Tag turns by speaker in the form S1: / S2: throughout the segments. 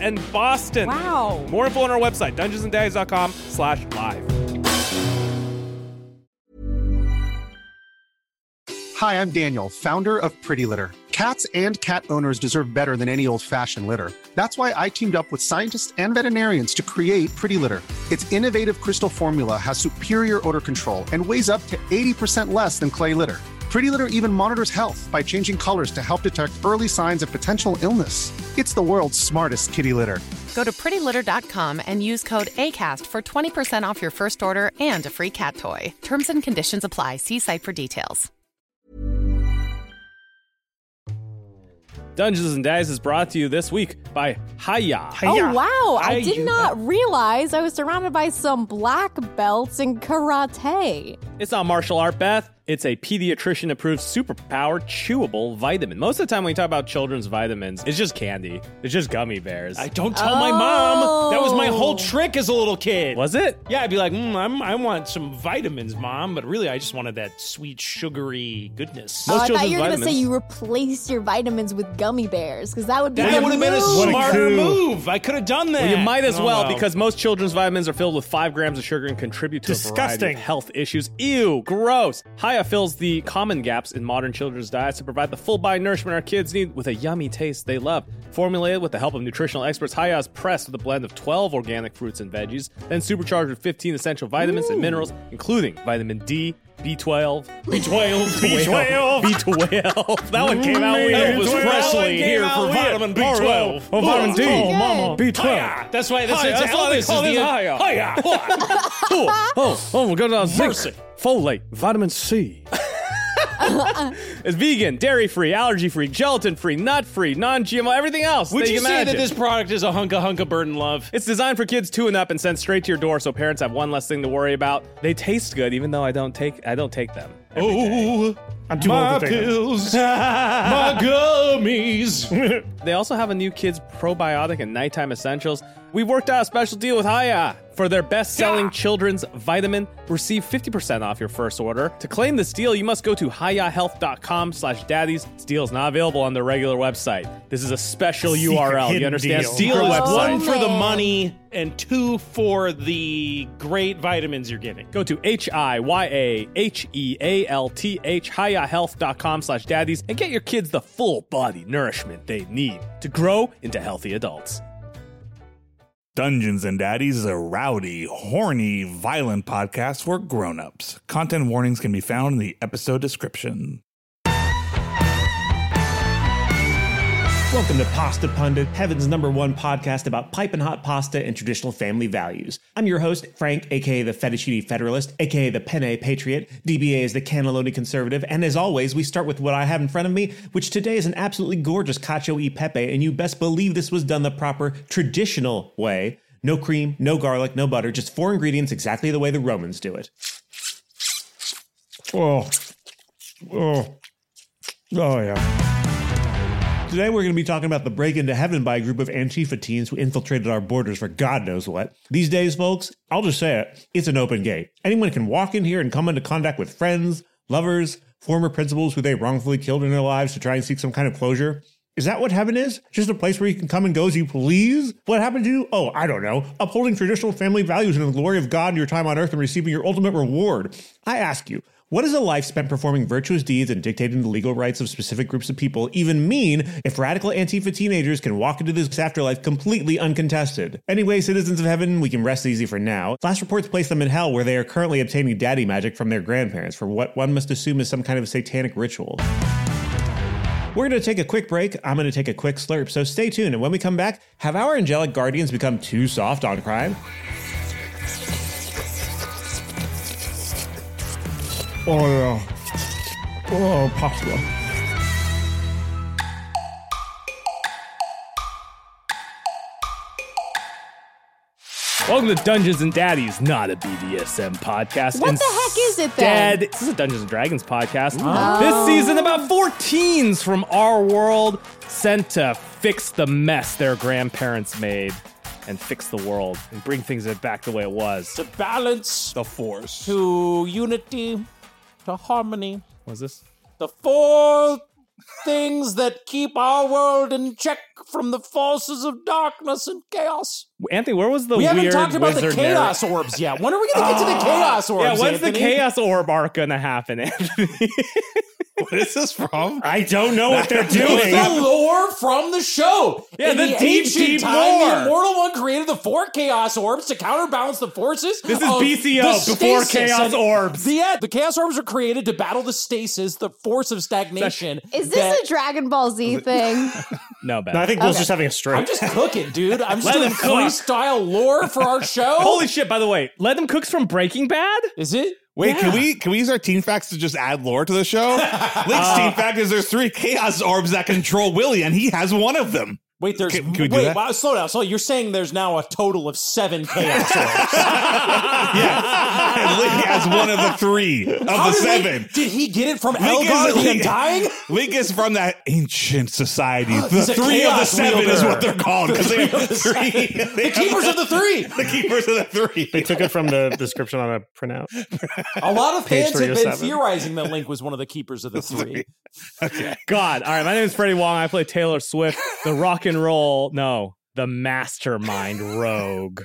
S1: and Boston.
S2: Wow.
S1: More info on our website, dungeonsanddice.com slash live.
S3: Hi, I'm Daniel, founder of Pretty Litter. Cats and cat owners deserve better than any old fashioned litter. That's why I teamed up with scientists and veterinarians to create Pretty Litter. Its innovative crystal formula has superior odor control and weighs up to 80% less than clay litter. Pretty Litter even monitors health by changing colors to help detect early signs of potential illness. It's the world's smartest kitty litter.
S4: Go to prettylitter.com and use code ACAST for 20% off your first order and a free cat toy. Terms and conditions apply. See site for details.
S1: Dungeons and Dice is brought to you this week by Haya.
S5: Oh wow! I,
S1: I-
S5: did not realize I was surrounded by some black belts in karate.
S1: It's not martial art, Beth. It's a pediatrician approved superpower chewable vitamin. Most of the time when you talk about children's vitamins, it's just candy. It's just gummy bears.
S6: I don't tell my mom. That was my whole trick as a little kid.
S1: Oh. Was it?
S6: Yeah, I'd be like, mm, I'm, I want some vitamins, mom, but really, I just wanted that sweet, sugary goodness.
S1: Most
S5: oh, I thought
S1: children's
S5: you were going to say
S1: vitamins.
S5: you replaced your vitamins with gummy bears because that would be
S6: That
S5: the
S6: would have been a
S5: move.
S7: What a
S6: smarter
S7: coup.
S6: move. I could have done that.
S1: Well, you might as
S6: Oh,
S1: well because most children's vitamins are filled with five grams of sugar and contribute to a variety
S7: Disgusting.
S1: of health issues. Ew, gross. Haya fills the common gaps in modern children's diets to provide the full body nourishment our kids need with a yummy taste they love. Formulated with the help of nutritional experts, Haya is pressed with a blend of 12 organic fruits and veggies, then supercharged with 15 essential vitamins and minerals, including vitamin D. B12, B12, B12, B12. That one came out
S6: Mm-hmm.
S1: weird.
S6: Elvis
S1: That one
S6: Presley
S1: came
S6: here
S1: out
S6: for
S1: weird.
S6: vitamin B12.
S1: Oh, well. Oh, vitamin D.
S5: Oh, mama.
S6: Hi-yah. That's why that's,
S1: Hi-yah.
S6: that's,
S1: That's why they
S6: Elvis
S1: call
S6: is
S1: this
S6: the
S1: hi-yah.
S6: Hi-yah.
S1: oh, oh, oh, we're going on
S6: Mercy.
S1: zinc, folate, vitamin C. it's vegan, dairy free, allergy free, gelatin free, nut free, non GMO, everything else.
S6: Would
S1: that
S6: you say that
S1: imagine.
S6: this product is a hunka hunka burden love?
S1: It's designed for kids two and up and sent straight to your door, so parents have one less thing to worry about. They taste good, even though I don't take I don't take them.
S6: Oh,
S7: I'm too old to take them.
S6: pills, my gummies.
S1: They also have a new kids probiotic and nighttime essentials. We worked out a special deal with Haya for their best-selling children's vitamin. Receive 50% off your first order. To claim this deal, you must go to hayahealth.com slash daddies. This deal is not available on their regular website. This is a special
S7: Secret
S1: URL. You
S7: hidden
S1: understand?
S7: deal.
S1: Secret
S6: Deal is
S1: website.
S6: one for the
S5: man.
S6: money and two for the great vitamins you're getting.
S1: Go to E H-I-Y-A-H-E-A-L-T-H, hayahealth.com slash daddies, and get your kids the full body nourishment they need to grow into healthy adults.
S7: Dungeons and Daddies is a rowdy, horny, violent podcast for grown-ups. Content warnings can be found in the episode description.
S8: Welcome to Pasta Pundit, Heaven's number one podcast about piping hot pasta and traditional family values. I'm your host, Frank, aka the Fettuccine Federalist, aka the Penne Patriot, DBA is the Cannelloni Conservative, and as always, we start with what I have in front of me, which today is an absolutely gorgeous cacio e pepe, and you best believe this was done the proper traditional way. No cream, no garlic, no butter, just four ingredients exactly the way the Romans do it.
S7: Oh, oh, oh yeah.
S8: Today, we're going to be talking about the break into heaven by a group of Antifa teens who infiltrated our borders for God knows what. These days, folks, I'll just say it, it's an open gate. Anyone can walk in here and come into contact with friends, lovers, former principals who they wrongfully killed in their lives to try and seek some kind of closure. Is that what heaven is? Just a place where you can come and go as you please? What happened to you? Oh, I don't know. Upholding traditional family values and the glory of God in your time on earth and receiving your ultimate reward. I ask you, what does a life spent performing virtuous deeds and dictating the legal rights of specific groups of people even mean if radical Antifa teenagers can walk into this afterlife completely uncontested? Anyway, citizens of heaven, we can rest easy for now. Last reports place them in hell where they are currently obtaining daddy magic from their grandparents for what one must assume is some kind of satanic ritual. We're going to take a quick break. I'm going to take a quick slurp, so stay tuned. And when we come back, have our angelic guardians become too soft on crime?
S7: Oh yeah. Oh, pasta.
S1: Welcome to Dungeons and Daddies, not a BDSM podcast.
S5: What
S1: and
S5: the heck is it then?
S1: Dead. This is a Dungeons and Dragons podcast.
S9: Oh.
S1: This season, about 14s from our world sent to fix the mess their grandparents made and fix the world and bring things back the way it was.
S9: To balance,
S7: The force.
S9: to unity, to harmony.
S1: What is this?
S9: The four things that keep our world in check from the forces of darkness and chaos.
S1: Anthony, where was the
S9: We
S1: weird
S9: haven't talked about the
S1: wizard
S9: chaos orbs yet. When are we going to get to the chaos orbs?
S1: narrative? Yeah, when's the
S9: Anthony?
S1: chaos orb arc gonna happen, Anthony?
S7: What is this from?
S10: I don't know what they're
S9: It's the lore from the show.
S1: Yeah,
S9: In
S1: the deep,
S9: ancient
S1: deep
S9: time,
S1: lore.
S9: The immortal one created the four chaos orbs to counterbalance the forces.
S1: This is
S9: of
S1: BCO,
S9: the
S1: before
S9: stasis.
S1: chaos orbs.
S9: The, yeah, the chaos orbs were created to battle the stasis, the force of stagnation.
S5: Is this
S9: that-
S5: a Dragon Ball Z thing?
S1: no, bad.
S10: I think Will's just having a
S9: I'm
S10: stroke.
S9: just cooking, dude. I'm just
S1: Let
S9: doing
S1: them cook.
S9: freestyle lore for our show.
S1: Holy shit, by the way, let them cooks from Breaking Bad?
S9: is it?
S7: Wait,
S1: Yeah.
S7: can we can we use our teen facts to just add lore to the show? Link's teen fact is there's three chaos orbs that control Willie, and he has one of them.
S9: Wait, there's
S7: Can- can we do
S9: wait.
S7: that?
S9: Wow, slow down. So you're saying there's now a total of seven chaos orbs?
S7: And Link has one of the three of
S9: How
S7: the
S9: did Link-
S7: seven.
S9: did he get it from
S7: Link is-
S9: Elgar the
S7: Link-
S9: Undying?
S7: Link is from that ancient society. The
S9: He's a
S7: three of the
S9: chaos
S7: seven is
S9: wielder.
S7: what they're called because they have three. they
S9: The keepers of the three.
S7: the keepers of the three.
S8: They took it from the description on a printout.
S9: A lot of
S8: Page
S9: fans have been
S8: 307.
S9: theorizing that Link was one of the keepers of the three.
S1: God. All right, my name is Freddie Wong. I play Taylor Swift, the rock and roll, no, the mastermind rogue.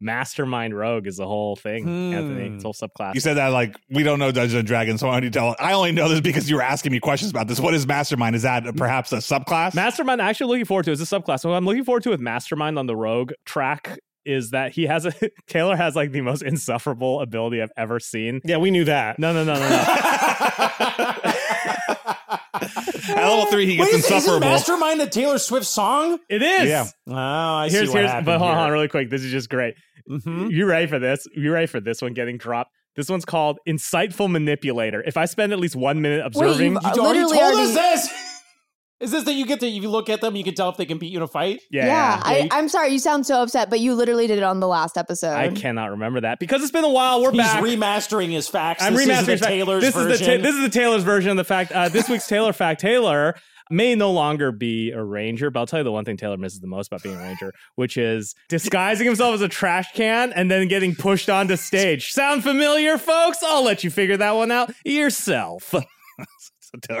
S1: Mastermind rogue is the whole thing,
S9: Hmm.
S1: Anthony. It's a whole subclass.
S7: You said that like we don't know Dungeons and Dragons, so why don't you tell? I only know this because you were asking me questions about this. What is Mastermind? Is that perhaps a subclass?
S1: Mastermind, I'm actually looking forward to is a subclass. What I'm looking forward to with Mastermind on the Rogue track is that he has a Taylor has like the most insufferable ability I've ever seen.
S8: Yeah, we knew that.
S1: No, no, no, no, no.
S7: At level three, he gets
S9: Wait, is, is it
S7: insufferable.
S9: Mastermind a Taylor Swift song?
S1: It is.
S7: Yeah.
S9: Oh, I
S1: Here's
S9: see what
S1: here's
S9: happened
S1: but hold on, hold on
S9: here.
S1: really quick. This is just great.
S9: Mhm.
S1: You ready for this? You ready for this one getting dropped? This one's called Insightful Manipulator. If I spend at least one minute observing,
S5: you've-
S9: You already
S5: Uh, Literally
S9: told us
S5: already-
S9: this. Is this that you get to? If you look at them, you can tell if they can beat you in a fight.
S1: yeah,
S5: I,
S1: you-
S5: I'm sorry. You sound so upset, but you literally did it on the last episode.
S1: I cannot remember that because it's been a while. We're
S9: He's
S1: back.
S9: remastering his facts.
S1: I'm
S9: this
S1: remastering
S9: isn't
S1: his fact.
S9: Taylor's
S1: this
S9: version.
S1: Is the ta- this is the Taylor's version of the fact. Uh, this week's Taylor fact: Taylor may no longer be a ranger, but I'll tell you the one thing Taylor misses the most about being a ranger, which is disguising himself as a trash can and then getting pushed onto stage. Sound familiar, folks? I'll let you figure that one out yourself.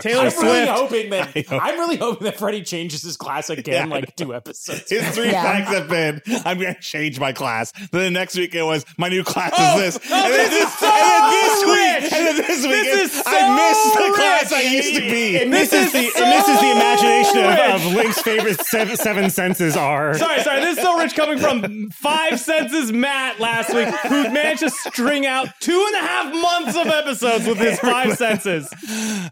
S1: Taylor
S9: I'm really
S1: Swift.
S9: hoping that
S7: I know.
S9: I'm really hoping that Freddie changes his class again,
S7: Yeah, I
S9: like two episodes.
S7: His three
S5: Yeah.
S7: facts have been I'm going to change my class. Then the next week it was my new class
S1: Oh,
S7: is this.
S1: oh,
S7: and, then
S1: this is so
S7: and then this
S1: rich.
S7: week. And then this week
S1: This
S7: it's,
S1: is so
S7: I missed
S1: Oh,
S7: the class I
S1: rich.
S7: used to be.
S1: This is
S8: the, it misses the imagination of, of Link's favorite seven, seven senses are.
S1: Sorry, sorry. This is so rich coming from Five Senses Matt last week, who managed to string out two and a half months of episodes with his five senses.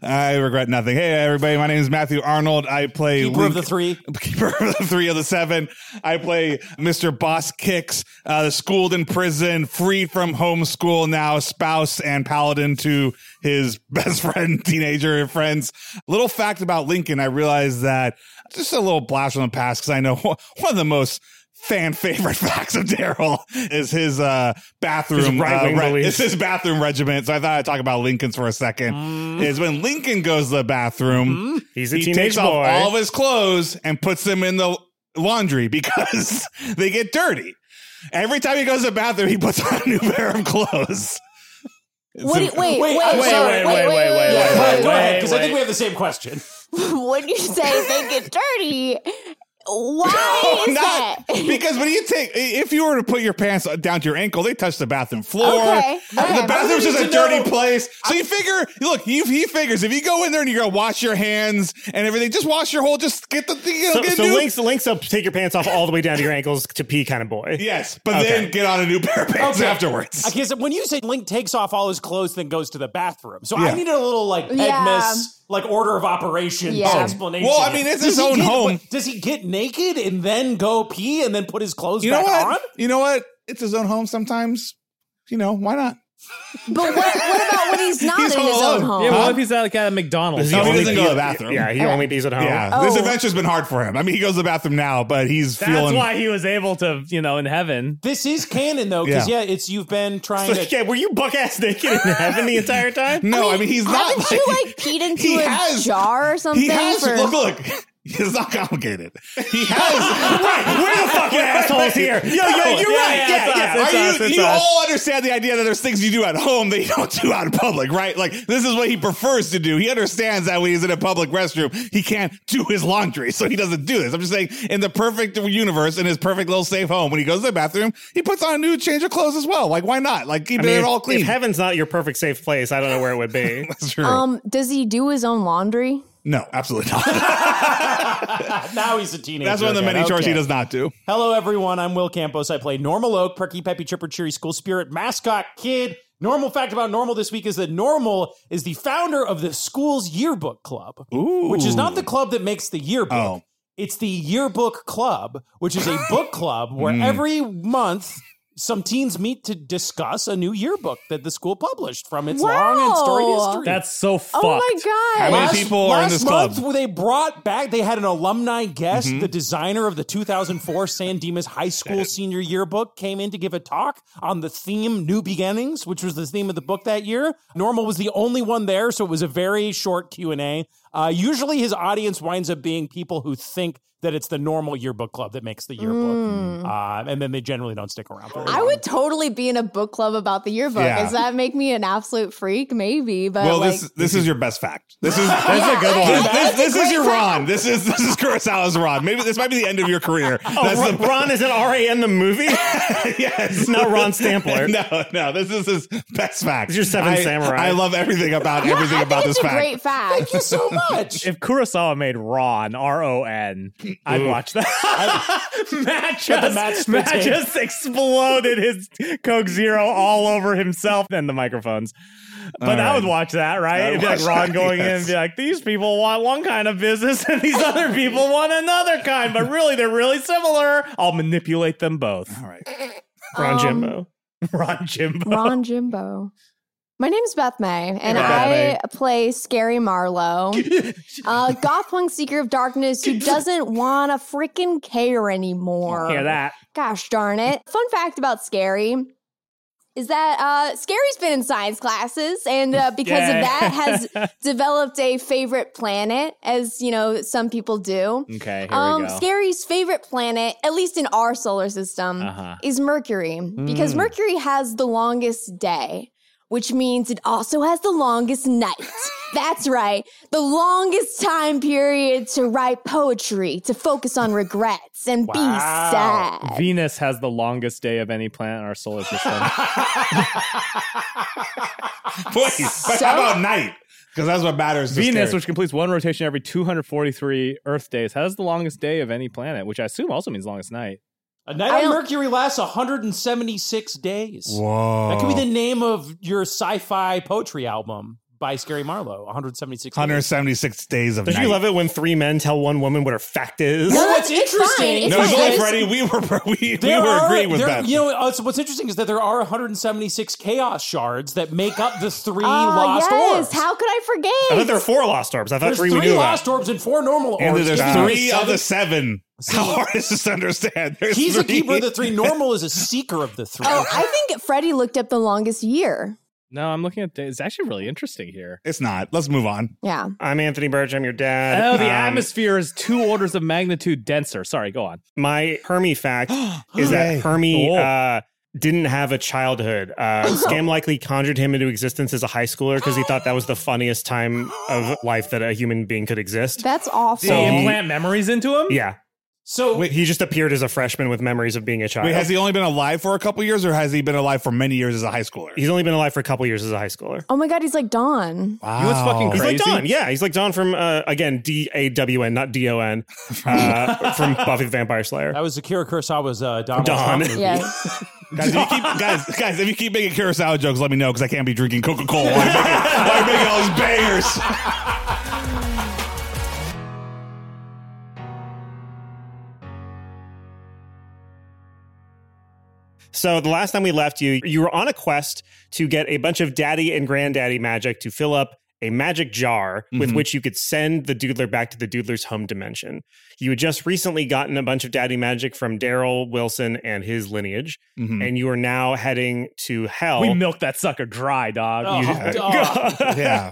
S7: I regret nothing. Hey, everybody. My name is Matthew Arnold. I play
S9: Keeper of
S7: Link-
S9: the three.
S7: keeper of the three of the seven. I play Mr. Boss Kicks, uh, schooled in prison, free from homeschool now, spouse and paladin to his best friend, teenager and friends. Little fact about Lincoln, I realized that just a little blast from the past because I know one of the most fan favorite facts of Daryl is his uh, bathroom
S8: His right-wing
S7: uh, re-
S8: beliefs.
S7: it's his bathroom regiment. So I thought I'd talk about Lincoln's for a second.
S8: Mm-hmm.
S7: Is when Lincoln goes to the bathroom
S8: He's a
S7: he
S8: teenage
S7: takes
S8: boy.
S7: off all of his clothes and puts them in the laundry because they get dirty. Every time he goes to the bathroom, he puts on a new pair of clothes.
S5: What do you- wait,
S9: Wait,
S5: wait,
S9: I'm
S5: sorry, wait,
S9: sorry.
S5: wait, wait,
S9: Go
S5: wait,
S9: ahead,
S5: wait,
S9: go ahead, because I
S1: wait.
S9: think we have the same question.
S5: wait. When you say they get dirty, why is that?
S7: Oh, Not, because when you take, if you were to put your pants down to your ankle, they touch the bathroom floor.
S5: Okay. Okay.
S7: The bathroom's just a
S9: need to know-
S7: dirty place. So you figure, look, he, he figures if you go in there and you're gonna wash your hands and everything, just wash your whole, just get the thing.
S8: so
S7: get
S8: so
S7: new-
S8: Link's, Link's up, take your pants off all the way down to your ankles to pee kind of boy.
S7: yes, but
S8: Okay.
S7: then get on a new pair of pants
S9: Okay.
S7: afterwards.
S9: I guess when you say Link takes off all his clothes, then goes to the bathroom. So I
S7: Yeah.
S9: needed a little like head
S5: Yeah.
S9: miss, like order of operations
S5: Yeah. Oh.
S9: explanation.
S7: Well, I mean, it's
S9: Does
S7: his
S9: he
S7: own
S9: get-
S7: home.
S9: what- Does he get naked and then go pee and then put his clothes
S7: you know
S9: back
S7: what?
S9: on?
S7: You know what? It's his own home sometimes. You know, why not?
S5: But what, what about when he's not
S7: He's
S5: in his
S7: all
S5: own
S7: alone.
S5: home?
S1: Yeah, well, if he's at, like, at a McDonald's?
S7: No, he
S8: only
S7: doesn't go
S8: pee-
S7: to the bathroom.
S8: Yeah, he only pees at home.
S7: Yeah,
S5: Oh.
S7: this adventure's been hard for him. I mean, he goes to the bathroom now, but he's
S1: That's
S7: feeling.
S1: why he was able to, you know, in heaven.
S9: This is canon though, because
S7: Yeah.
S9: yeah. it's you've been trying
S8: So,
S9: to.
S8: yeah, were you buck ass naked in heaven the entire time?
S7: no, I mean, he's not.
S5: Haven't you like peed into
S7: he
S5: a
S7: has-
S5: jar or something?
S7: he has.
S5: for-
S7: Look, look. It's not complicated. He has.
S8: We're the fucking assholes here. Yo, yo, you're right.
S1: yeah,
S8: Yeah,
S1: it's
S8: yeah.
S1: us, it's
S7: Are you
S1: us, it's
S7: you
S1: us.
S7: all understand the idea that there's things you do at home that you don't do out in public, right? Like this is what he prefers to do. He understands that when he's in a public restroom, he can't do his laundry, so he doesn't do this. I'm just saying, in the perfect universe, in his perfect little safe home, when he goes to the bathroom, he puts on a new change of clothes as well. Like why not? Like
S8: I
S7: keeping
S8: mean,
S7: it
S8: if-
S7: all clean.
S8: If heaven's not your perfect safe place, I don't know where it would be.
S7: That's true.
S5: um, does he do his own laundry?
S7: no, absolutely not.
S9: now he's a teenager.
S7: That's one of the
S9: again.
S7: many chores he
S9: Okay.
S7: does not do.
S9: Hello, everyone. I'm Will Campos. I play Normal Oak, Perky Peppy Chipper Cheery School Spirit Mascot Kid. Normal fact about Normal this week is that Normal is the founder of the school's yearbook club,
S7: Ooh.
S9: which is not the club that makes the yearbook.
S7: Oh.
S9: It's the yearbook club, which is a book club where
S1: Mm.
S9: every month some teens meet to discuss a new yearbook that the school published from its long and storied
S5: Wow.
S9: history.
S1: That's so fucked.
S5: Oh my
S7: How
S5: god!
S7: many people are in this club?
S9: month, They brought back. They had an alumni guest. The designer of the 2004 San Dimas High School senior yearbook came in to give a talk on the theme "New Beginnings," which was the theme of the book that year. Normal was the only one there, so it was a very short Q and A. Uh, usually, his audience winds up being people who think that it's the normal yearbook club that makes the yearbook, uh, and then they generally don't stick around. Very
S5: I
S9: long.
S5: would totally be in a book club about the yearbook.
S7: Yeah.
S5: Does that make me an absolute freak? Maybe, but
S7: Well,
S5: like,
S7: this this is your best fact. This is that's
S5: Yeah,
S7: a good
S5: I-
S7: one.
S5: I-
S7: This,
S5: that's
S7: this
S5: a
S7: is
S5: great
S7: your
S5: fact.
S7: Ron. This is this is Kurosawa's Ron. Maybe this might be the end of your career.
S5: Oh,
S7: That's
S8: Ron,
S7: the
S8: Ron is an RAN the movie?
S7: yes.
S8: Not Ron Stampler.
S7: No, no. This is his best fact.
S8: It's your Seven
S7: I-
S8: Samurai.
S7: I love everything about
S5: yeah,
S7: everything
S5: I
S7: about
S5: think
S7: this
S5: it's a
S7: fact.
S5: great fact.
S9: Thank you so much.
S1: If Kurosawa made Ron R O N, I'd watch that. Matt
S9: the
S1: just,
S9: match to the
S1: Matt
S9: tape.
S1: just exploded his Coke Zero all over himself and the microphones. But
S7: All
S1: I would
S7: right.
S1: watch that, right?
S7: I'd
S1: It'd be like
S7: watch
S1: Ron
S7: that,
S1: going in and be like, "These people want one kind of business, and these other people want another kind, but really they're really similar." I'll manipulate them both.
S7: All right.
S8: Ron
S5: Um,
S8: Jimbo.
S1: Ron Jimbo.
S5: Ron Jimbo. My name's Beth May, and
S7: Beth
S5: I
S7: May.
S5: play Scary Marlowe, a gothpunk seeker of darkness who doesn't want to freaking care anymore.
S1: Hear that?
S5: Gosh darn it. Fun fact about Scary is that uh, Scary's been in science classes and uh, because
S1: Yay.
S5: of that has developed a favorite planet, as you know, some people do.
S1: Okay, here we
S5: Um,
S1: go.
S5: Scary's favorite planet, at least in our solar system,
S1: Uh-huh.
S5: is Mercury because Mercury has the longest day, which means it also has the longest night. That's right, the longest time period to write poetry, to focus on regrets, and be
S9: Wow.
S5: sad.
S1: Venus has the longest day of any planet in our solar system.
S7: Wait, but how about night? Because that's what matters. to
S1: Venus,
S7: Scary.
S1: which completes one rotation every 243 Earth days, has the longest day of any planet, which I assume also means longest night.
S9: A night
S5: I
S9: on
S5: don't-
S9: Mercury lasts 176 days.
S7: Whoa.
S9: That could be
S8: Oh.
S9: the name of your sci-fi poetry album by Scary Marlowe. 176. days.
S7: 176 days of
S8: Don't
S7: night.
S8: you love it when three men tell one woman what her fact is?
S9: Well, what's
S5: it's
S9: interesting
S5: fine, it's
S7: No,
S5: fine.
S7: go
S5: There's-
S7: Freddie. We were we, we
S9: There
S7: were
S9: are-
S7: agreeing with
S9: there-
S7: that.
S9: You know, uh, so what's interesting is that there are 176 chaos shards that make up the three
S5: Ah,
S9: lost
S5: yes.
S9: orbs.
S5: How could I forget?
S8: I thought there were four lost orbs. I thought
S9: there's
S8: three,
S9: three,
S8: we knew about.
S9: lost orbs and four normal orbs.
S7: and then there's
S9: Keeper
S7: three of the
S9: seven-
S7: seven. How hard is this to understand? There's
S9: He's a
S7: three.
S9: keeper of the three. Normal is a seeker of the three.
S5: Oh, I think Freddie looked up the longest year.
S1: No, I'm looking at days. It's actually really interesting here.
S7: It's not. Let's move on.
S5: Yeah.
S8: I'm Anthony Birch. I'm your dad.
S1: Oh, the
S8: Um,
S1: atmosphere is two orders of magnitude denser. Sorry, go on.
S8: My Hermie fact is that Hermie
S1: Oh.
S8: uh, didn't have a childhood. Uh, Scam likely conjured him into existence as a high schooler because he thought that was the funniest time of life that a human being could exist.
S5: That's awful.
S1: Did
S9: Oh.
S1: he
S8: he-
S1: implant memories into him?
S8: yeah.
S9: so
S8: He just appeared as a freshman with memories of being a child.
S7: Wait, has he only been alive for a couple years, or has he been alive for many years as a high schooler?
S8: He's only been alive for a couple years as a high schooler.
S5: Oh my god, he's like Dawn.
S1: You
S7: wow.
S9: Oh.
S1: know what's fucking
S6: Oh,
S8: He's like
S1: Crazy.
S8: Don. Yeah, he's like Don from, uh, again, D A W N, not D O N, uh, from Buffy the Vampire Slayer.
S9: that was Akira Kurosawa's uh, Donald
S8: Don.
S9: Trump movie.
S5: Yeah.
S7: Guys, if you keep, guys, guys, if you keep making Kurosawa jokes, let me know because I can't be drinking Coca Cola. Why are you making all these bangers?
S8: So the last time we left you, you were on a quest to get a bunch of daddy and granddaddy magic to fill up a magic jar with
S7: Mhm.
S1: Mm-hmm.
S8: which you could send the doodler back to the doodler's home dimension. You had just recently gotten a bunch of daddy magic from Daryl Wilson and his lineage,
S7: Mhm.
S8: and you are now heading to hell.
S1: We milked that sucker dry, dog. You-
S9: Oh, dog.
S7: Yeah.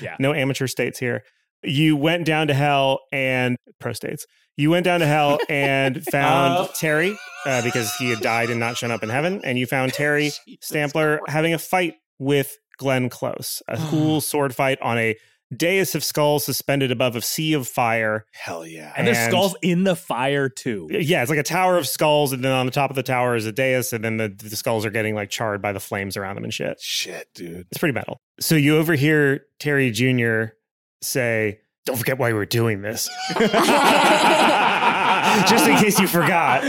S1: Yeah.
S8: No amateur states here. You went down to hell and pro states. You went down to hell and found
S9: Oh.
S8: Terry uh, because he had died and not shown up in heaven. And you found Terry Stampler having a fight with Glenn Close, a cool sword fight on a dais of skulls suspended above a sea of fire.
S7: Hell yeah.
S1: and there's skulls in the fire too.
S8: Yeah, it's like a tower of skulls. And then on the top of the tower is a dais. And then the, the skulls are getting like charred by the flames around them and shit.
S7: Shit, dude.
S8: It's pretty metal. So you overhear Terry Jr. say, Don't forget why we're doing this. Just in case you forgot.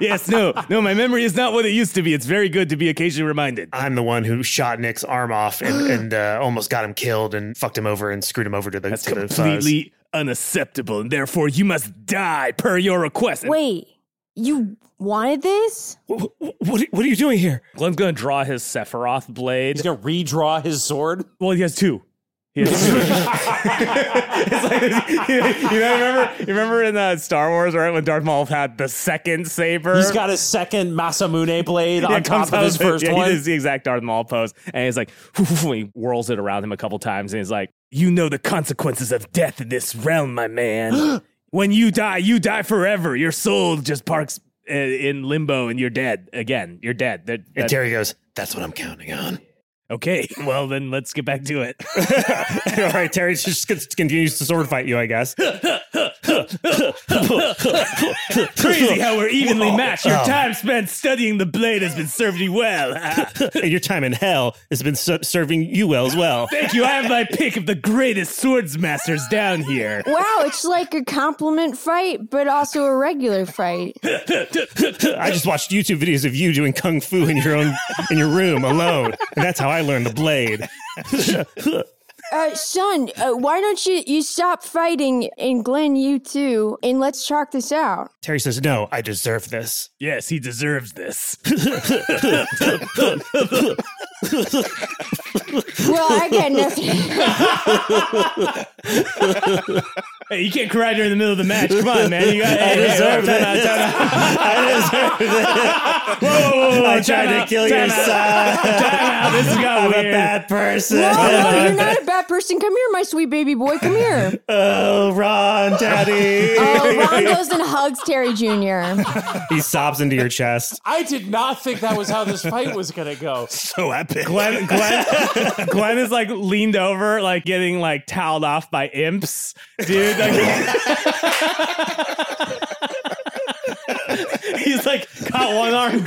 S1: yes, no, no, my memory is not what it used to be. It's very good to be occasionally reminded.
S8: I'm the one who shot Nick's arm off and, and uh, almost got him killed and fucked him over and screwed him over to the,
S1: That's
S8: to the fuzz."
S1: completely unacceptable, and therefore you must die per your request. And
S5: Wait, you wanted this?
S8: Wh- wh- What, what are you doing here?
S1: Glenn's gonna draw his Sephiroth blade.
S9: He's gonna redraw his sword.
S1: well, he has two. He has two. it's like, you, know, remember, you remember in uh, Star Wars, right when Darth Maul had the second saber.
S9: He's got his second Masamune blade
S1: Yeah,
S9: on
S1: it comes
S9: top of
S1: out
S9: his
S1: the-
S9: first
S1: yeah,
S9: one.
S1: He does the exact Darth Maul pose, and he's like, he whirls it around him a couple times, and he's like, "You know the consequences of death in this realm, my man. when you die, you die forever. Your soul just parks uh, in limbo, and you're dead again. You're dead. That-
S8: And
S1: that-
S8: Terry goes, That's what I'm counting on.
S1: okay, well then let's get back to it.
S8: All right, Terry just gets- continues to sword fight you, I guess.
S1: Crazy how we're evenly
S8: Whoa.
S1: matched. Your
S8: Oh.
S1: time spent studying the blade has been serving you well.
S8: And your time in hell has been ser- serving you well as well.
S1: Thank you. I have my pick of the greatest swords masters down here.
S5: Wow, it's like a compliment fight, but also a regular fight.
S8: I just watched YouTube videos of you doing kung fu in your own in your room alone, and that's how I learned the blade.
S5: Uh, son, uh, why don't you you stop fighting and Glenn, you too, and let's chalk this out.
S8: Terry says, "No, I deserve this."
S1: Yes, he deserves this.
S5: Well, I got nothing.
S1: Hey, you can't cry during the middle of the match. Come on, man. You got, hey,
S8: deserve
S1: hey, time out, time out.
S8: I deserve this. I
S1: time
S8: tried to
S1: out,
S8: kill
S1: time
S8: your
S1: out,
S8: son.
S1: Time out. This has got
S8: I'm a
S1: weird.
S8: bad person.
S5: No, no, Oh, you're not a bad person. Come here, my sweet baby boy. Come here.
S8: Oh, Ron, Daddy!
S5: Oh, Ron goes and hugs Terry Jr.
S8: he sobs into your chest.
S9: I did not think that was how this fight was gonna go.
S7: So epic.
S1: Glenn, Glenn, Glenn is like leaned over, like getting like toweled off by imps, dude. like- he's like got one arm
S9: Little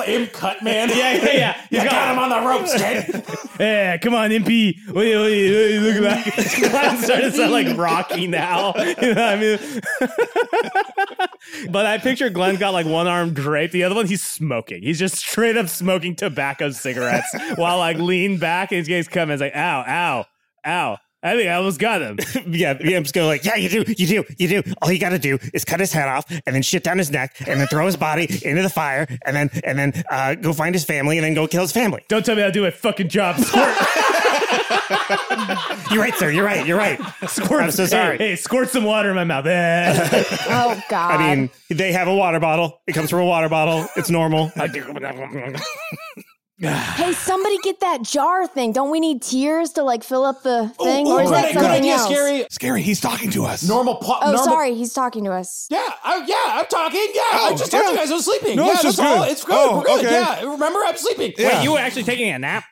S1: draped.
S9: imp cut man.
S1: Yeah, yeah, yeah. He's
S9: You got him on the ropes, Ted.
S1: Yeah, come on, MP. What are you, what are you, what are you looking at? I'm starting to sound like Rocky now. You know what I mean? but I picture Glenn's got like one arm draped, the other one he's smoking. He's just straight up smoking tobacco cigarettes while like lean back and his gaze coming. It's like, ow, ow, ow. I think I almost got him.
S8: Yeah, the imps go like, "Yeah, you do, you do, you do. All you got to do is cut his head off, and then shit down his neck, and then throw his body into the fire, and then and then uh, go find his family, and then go kill his family."
S1: Don't tell me how to do my fucking job. Squirt,
S8: You're right, sir. You're right. You're right.
S1: squirt.
S8: I'm so sorry.
S1: Hey, hey, squirt some water in my mouth. Eh.
S5: Oh God.
S8: I mean, they have a water bottle. It comes from a water bottle. It's normal.
S5: hey, somebody get that jar thing. Don't we need tears to like fill up the thing, or is
S9: good,
S5: that
S9: good
S5: something
S9: idea,
S5: else?
S9: Scary.
S7: Scary, he's talking to us.
S9: Normal po-
S5: Oh,
S9: normal-
S5: sorry, he's talking to us.
S9: Yeah, I, yeah, I'm talking. Yeah, I
S7: Oh,
S9: just told
S7: yeah.
S9: you guys I was sleeping.
S7: No,
S9: yeah,
S7: it's
S9: that's
S7: just
S9: all.
S7: good.
S9: It's good.
S7: Oh,
S9: We're good.
S7: okay.
S9: Yeah, remember, I'm sleeping.
S7: Yeah.
S1: were actually taking a nap?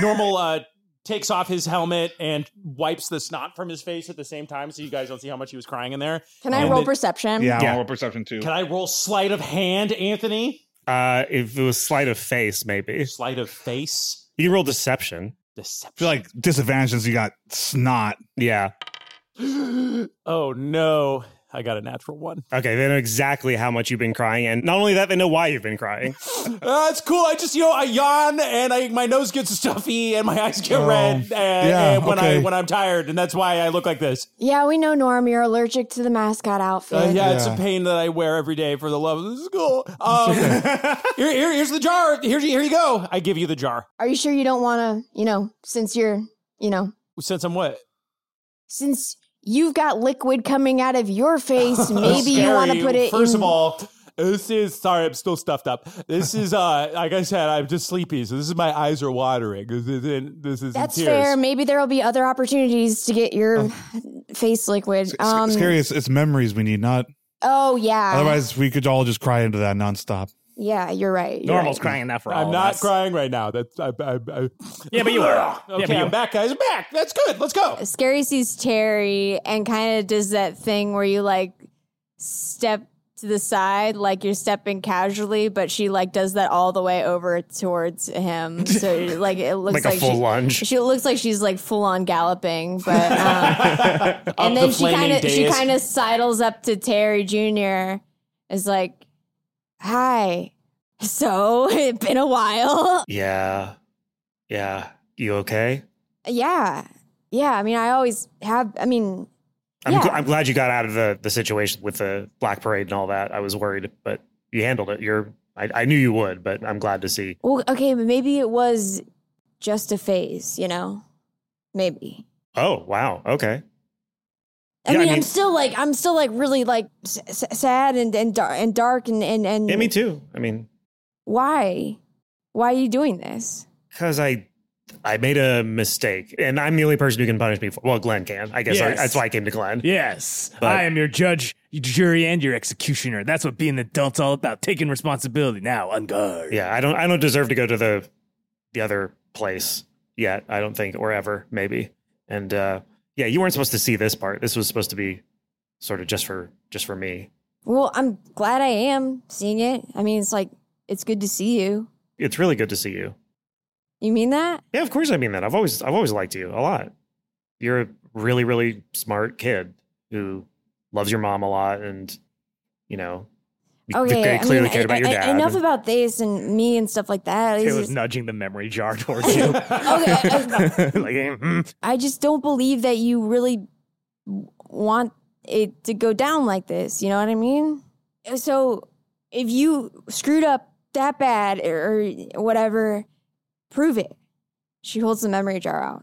S9: Normal uh, takes off his helmet and wipes the snot from his face at the same time, so you guys don't see how much he was crying in there.
S5: Can I
S9: And
S5: roll
S9: it-
S5: perception?
S7: Yeah,
S8: Yeah.
S7: yeah. perception too.
S9: Can I roll sleight of hand, Anthony?
S8: Uh, if it was sleight of face, maybe
S9: Sleight of face.
S8: you roll deception.
S7: I feel
S9: Deception.
S7: like disadvantages you got snot.
S8: Yeah,
S9: oh no. I got a natural one.
S8: Okay, they know exactly how much you've been crying, and not only that, they know why you've been crying.
S9: Uh, it's cool. I just you know I yawn and I my nose gets stuffy and my eyes get
S7: Oh,
S9: red and,
S7: yeah,
S9: and when
S7: okay.
S9: I when I'm tired and that's why I look like this.
S5: Yeah, we know, Norm, you're allergic to the mascot outfit.
S9: Uh, yeah, it's
S7: Yeah.
S9: a pain that I wear every day for the love of the school. Um, here, here- here's the jar. Here, you- here you go. I give you the jar.
S5: Are you sure you don't want to, you know, since you're, you know,
S9: Since I'm what?
S5: since you've got liquid coming out of your face, maybe you want to
S9: Scary.
S5: put it
S9: First
S5: in.
S9: of all, this is sorry, I'm still stuffed up. This is uh, like I said, I'm just sleepy, so this is my eyes are watering. This is this is
S5: that's
S9: tears. Oh.
S5: fair. Maybe there'll be other opportunities to get your face liquid.
S7: It's
S5: Um,
S7: scary. It's, it's memories we need, not
S5: Oh
S9: uh,
S5: yeah.
S7: otherwise we could all just cry into that nonstop.
S5: yeah, you're right. you're
S1: Normal's
S5: right.
S1: crying enough for all
S9: I'm
S1: of
S9: not
S1: us.
S9: crying right now. That's I, I, I,
S1: Yeah, but you are.
S9: okay,
S1: yeah, but you
S9: I'm back, guys. I'm back. That's good. Let's go.
S11: Scary sees Terry and kind of does that thing where you like step to the side, like you're stepping casually, but she like does that all the way over towards him. So like it looks
S8: Like
S11: like,
S8: a full
S11: she,
S8: lunge.
S11: She looks like she's like full on galloping, but um, and
S9: the
S11: then she
S9: flaming
S11: kind of she
S9: dais.
S11: kind of sidles up to Terry Jr. is like, "Hi." So it's been a while.
S8: yeah, yeah. You okay?
S11: Yeah. Yeah. I mean, I always have, I mean,
S8: I'm,
S11: Yeah.
S8: gl- I'm glad you got out of the, the situation with the Black Parade and all that. I was worried, but you handled it. You're, I, I knew you would, but I'm glad to see.
S11: Well, okay, but maybe it was just a phase, you know? Maybe.
S8: Oh, wow. Okay.
S11: I
S8: Yeah, I
S11: mean, I
S8: mean-
S11: am still like, I'm still like really like s- s- sad and and dar- and dark and and and.
S8: Yeah, me too. I mean,
S11: Why? Why are you doing this?
S8: because I I made a mistake, and I'm the only person who can punish me for. Well, Glenn can. I guess I-
S1: Yes.
S8: that's why I came to Glenn.
S1: Yes,
S8: But-
S1: I am your judge, jury, and your executioner. That's what being an adult's all about. Taking responsibility now, on guard.
S8: Yeah, I don't. I don't deserve to go to the the other place yet. I don't think, or ever, maybe. And uh, yeah, you weren't supposed to see this part. This was supposed to be sort of just for just for me.
S11: Well, I'm glad I am seeing it. I mean, it's like it's good to see you.
S8: It's really good to see you.
S11: You mean that?
S8: Yeah, of course I mean that. I've always I've always liked you a lot. You're a really really smart kid who loves your mom a lot, and you know, you
S9: Oh,
S11: Okay. I
S8: clearly
S11: mean,
S8: cared about your
S11: I- I-
S8: dad.
S11: enough
S8: and-
S11: about this and me and stuff like that. It's
S1: Taylor's
S11: just-
S1: nudging the memory jar towards you. like,
S11: okay. I-
S7: eh, hmm.
S1: mm,
S11: I just don't believe that you really want it to go down like this. You know what I mean? So if you screwed up that bad or or whatever, prove it. She holds the memory jar out.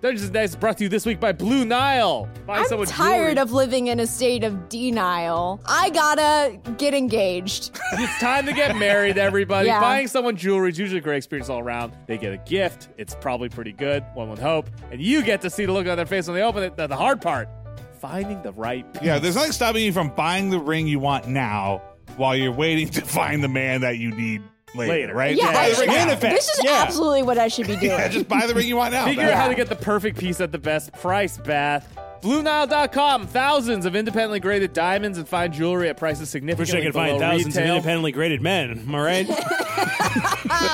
S1: Dungeons and Dice is brought to you this week by Blue Nile. Find
S5: I'm
S1: someone
S5: tired
S1: jewelry-
S5: of living in a state of denial. I gotta get engaged.
S1: It's time to get married, everybody.
S5: Yeah.
S1: Buying someone jewelry is usually a great experience all around. They get a gift. It's probably pretty good, one would hope. And you get to see the look on their face when they open it. The, the hard part, finding the right piece.
S7: Yeah, there's nothing stopping you from buying the ring you want now while you're waiting to find the man that you need later,
S1: Later.
S7: right?
S5: Yeah,
S7: Just buy
S5: I
S7: the
S5: should-
S7: ring manifest.
S5: this is
S7: yeah.
S5: absolutely what I should be doing.
S7: Yeah, just buy the ring you want now.
S1: Figure
S7: That's-
S1: out how to get the perfect piece at the best price, Bath. BlueNile.com. Thousands of independently graded diamonds and fine jewelry at prices
S6: Wish I
S1: significantly
S6: could
S1: below
S6: find thousands
S1: retail.
S6: of independently graded men. Am I right? Uh,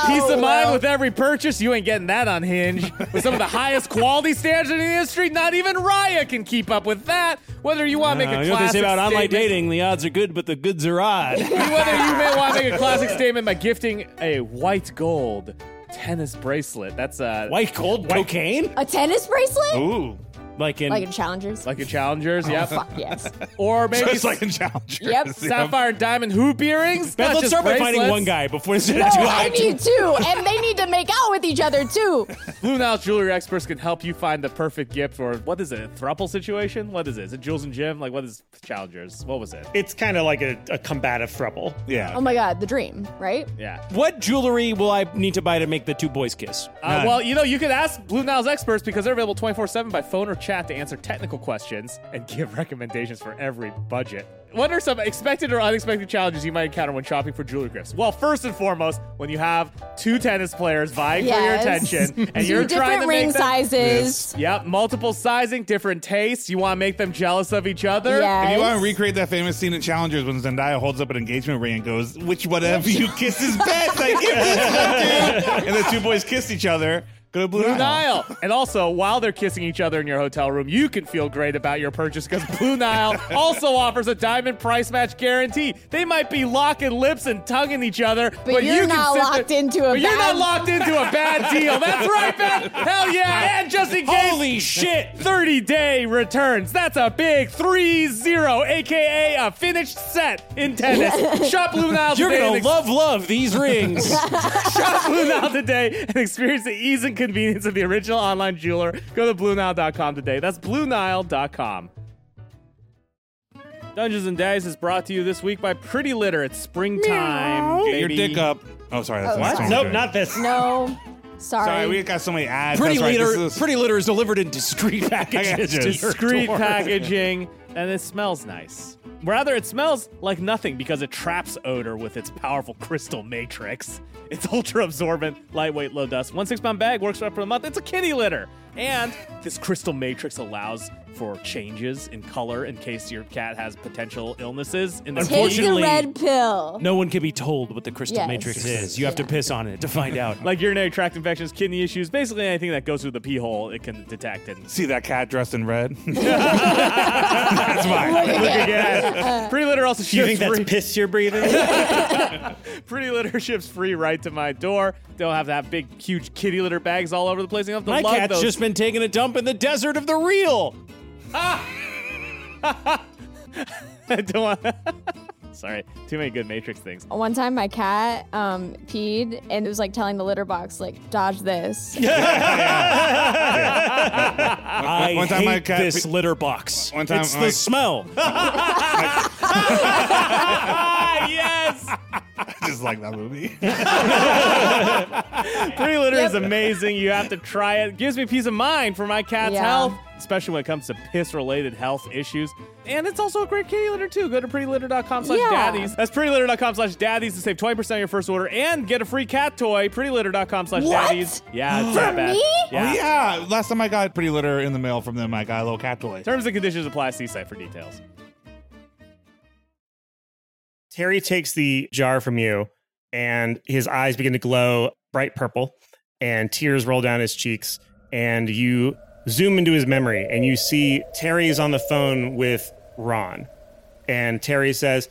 S1: Peace of mind with every purchase. You ain't getting that on Hinge. With some of the highest quality standards in the industry, not even Raya can keep up with that. Whether you want to
S6: Uh,
S1: make a
S6: you know what they
S1: classic
S6: say about online
S1: statement-
S6: dating? The odds are good, but the goods are odd.
S1: Whether you may want to make a classic statement by gifting a white gold tennis bracelet. That's uh,
S6: White gold cocaine?
S5: a tennis bracelet?
S7: Ooh.
S6: Like in
S5: Like in Challengers?
S1: like your
S6: Oh,
S1: challengers, yep.
S5: Fuck yes.
S1: Or maybe
S7: Just like in Challengers.
S5: Yep,
S1: sapphire and diamond hoop earrings.
S6: Beth,
S1: not
S6: let's
S1: just
S6: start by finding
S1: bracelets.
S6: one guy before it's too
S5: No, Oh, I
S6: high.
S5: need two, and they need to make out with each other too.
S1: Blue Nile jewelry experts can help you find the perfect gift or what is it? A thruple situation? What is it? Is it Jules and Jim? Like what is Challengers? What was it?
S8: It's kind of like a, a combative throuple.
S7: Yeah.
S5: Oh my god, the dream, right?
S1: Yeah.
S6: What jewelry will I need to buy to make the two boys kiss?
S1: Uh, well, you know, you can ask Blue Nile's experts because they're available 24 7 by phone or chat to answer technical questions and give recommendations for every budget. What are some expected or unexpected challenges you might encounter when shopping for jewelry gifts? Well, first and foremost, when you have two tennis players vying
S5: Yes.
S1: for your attention and
S5: Two
S1: you're trying
S5: different
S1: to
S5: ring
S1: make them-
S5: sizes.
S1: Yep, multiple sizing, different tastes. You want to make them jealous of each other.
S5: Yes.
S7: If you want to recreate that famous scene in Challengers when Zendaya holds up an engagement ring and goes, "Which one of you kisses best?" I give this one to," and the two boys kiss each other. Go to Blue,
S1: Blue
S7: Nile.
S1: Nile. And also, while they're kissing each other in your hotel room, you can feel great about your purchase because Blue Nile also offers a diamond price match guarantee. They might be locking lips and tonguing each other, but,
S5: you're
S1: you can
S5: not
S1: sit
S5: locked
S1: there-
S5: into a
S1: But you're not
S5: bad-
S1: locked into a bad deal. That's right, Ben. Hell yeah! And just in case,
S6: Holy shit!
S1: 30 day returns. That's a big 3 0, aka a finished set in tennis. Shop Blue Nile
S6: You're
S1: today and
S6: gonna
S1: ex-
S6: love love these rings.
S1: Shop Blue Nile today and experience the ease and convenience of the original online jeweler. Go to BlueNile.com today. That's BlueNile.com. Dungeons and Dice is brought to you this week by Pretty Litter. It's springtime.
S7: Get your
S1: baby.
S7: dick up. Oh, sorry. That's
S8: What?
S7: not what?
S8: Nope, not this.
S5: No, sorry.
S7: Sorry, we got so many ads.
S6: pretty
S7: That's right,
S6: litter,
S7: this is-
S6: pretty litter is delivered in discreet packages. to your
S1: Discreet
S6: door.
S1: packaging, and it smells nice. Rather, it smells like nothing because it traps odor with its powerful crystal matrix. It's ultra absorbent, lightweight, low dust. One six pound bag works right for a month. It's a kitty litter. And this crystal matrix allows for changes in color in case your cat has potential illnesses. In the
S5: Take the
S6: Unfortunately-
S5: red pill.
S6: No one can be told what the crystal
S5: Yes.
S6: matrix is. You have to piss on it to find out.
S1: like urinary tract infections, kidney issues, basically anything that goes through the pee hole, it can detect and
S7: See that cat dressed in red?
S1: yeah. Pretty litter also
S6: Do you
S1: ships
S6: think
S1: free.
S6: that's piss you're breathing?
S1: Pretty litter ships free right to my door. Don't have to have big, huge kitty litter bags all over the place. You don't have to
S6: My
S1: lug
S6: cat's
S1: those.
S6: just been taking a dump in the desert of the real.
S1: I don't want- Sorry, too many good Matrix things.
S5: One time, my cat um, peed, and it was like telling the litter box, like, dodge this.
S6: I
S7: one time
S6: hate
S7: my cat
S6: this
S7: pe-
S6: litter box.
S7: One time
S6: it's
S7: my-
S6: the smell.
S1: Ah, yes!
S7: I just like that movie.
S1: Pretty litter is amazing. You have to try it. Gives me peace of mind for my cat's
S5: Yeah.
S1: health, especially when it comes to piss-related health issues. And it's also a great kitty litter too. Go to prettylitter.com slash
S5: Yeah.
S1: daddies. That's prettylitter.com slash daddies to save 20% on your first order and get a free cat toy. Prettylitter.com slash
S5: What?
S1: daddies. Yeah, it's that bad.
S5: me?
S1: Yeah.
S7: Oh, yeah. Last time I got pretty litter in the mail from them, I got a little cat toy.
S1: Terms and conditions apply. See site for details.
S8: Terry takes the jar from you, and his eyes begin to glow bright purple, and tears roll down his cheeks. And you zoom into his memory, and you see Terry is on the phone with Ron. And Terry says,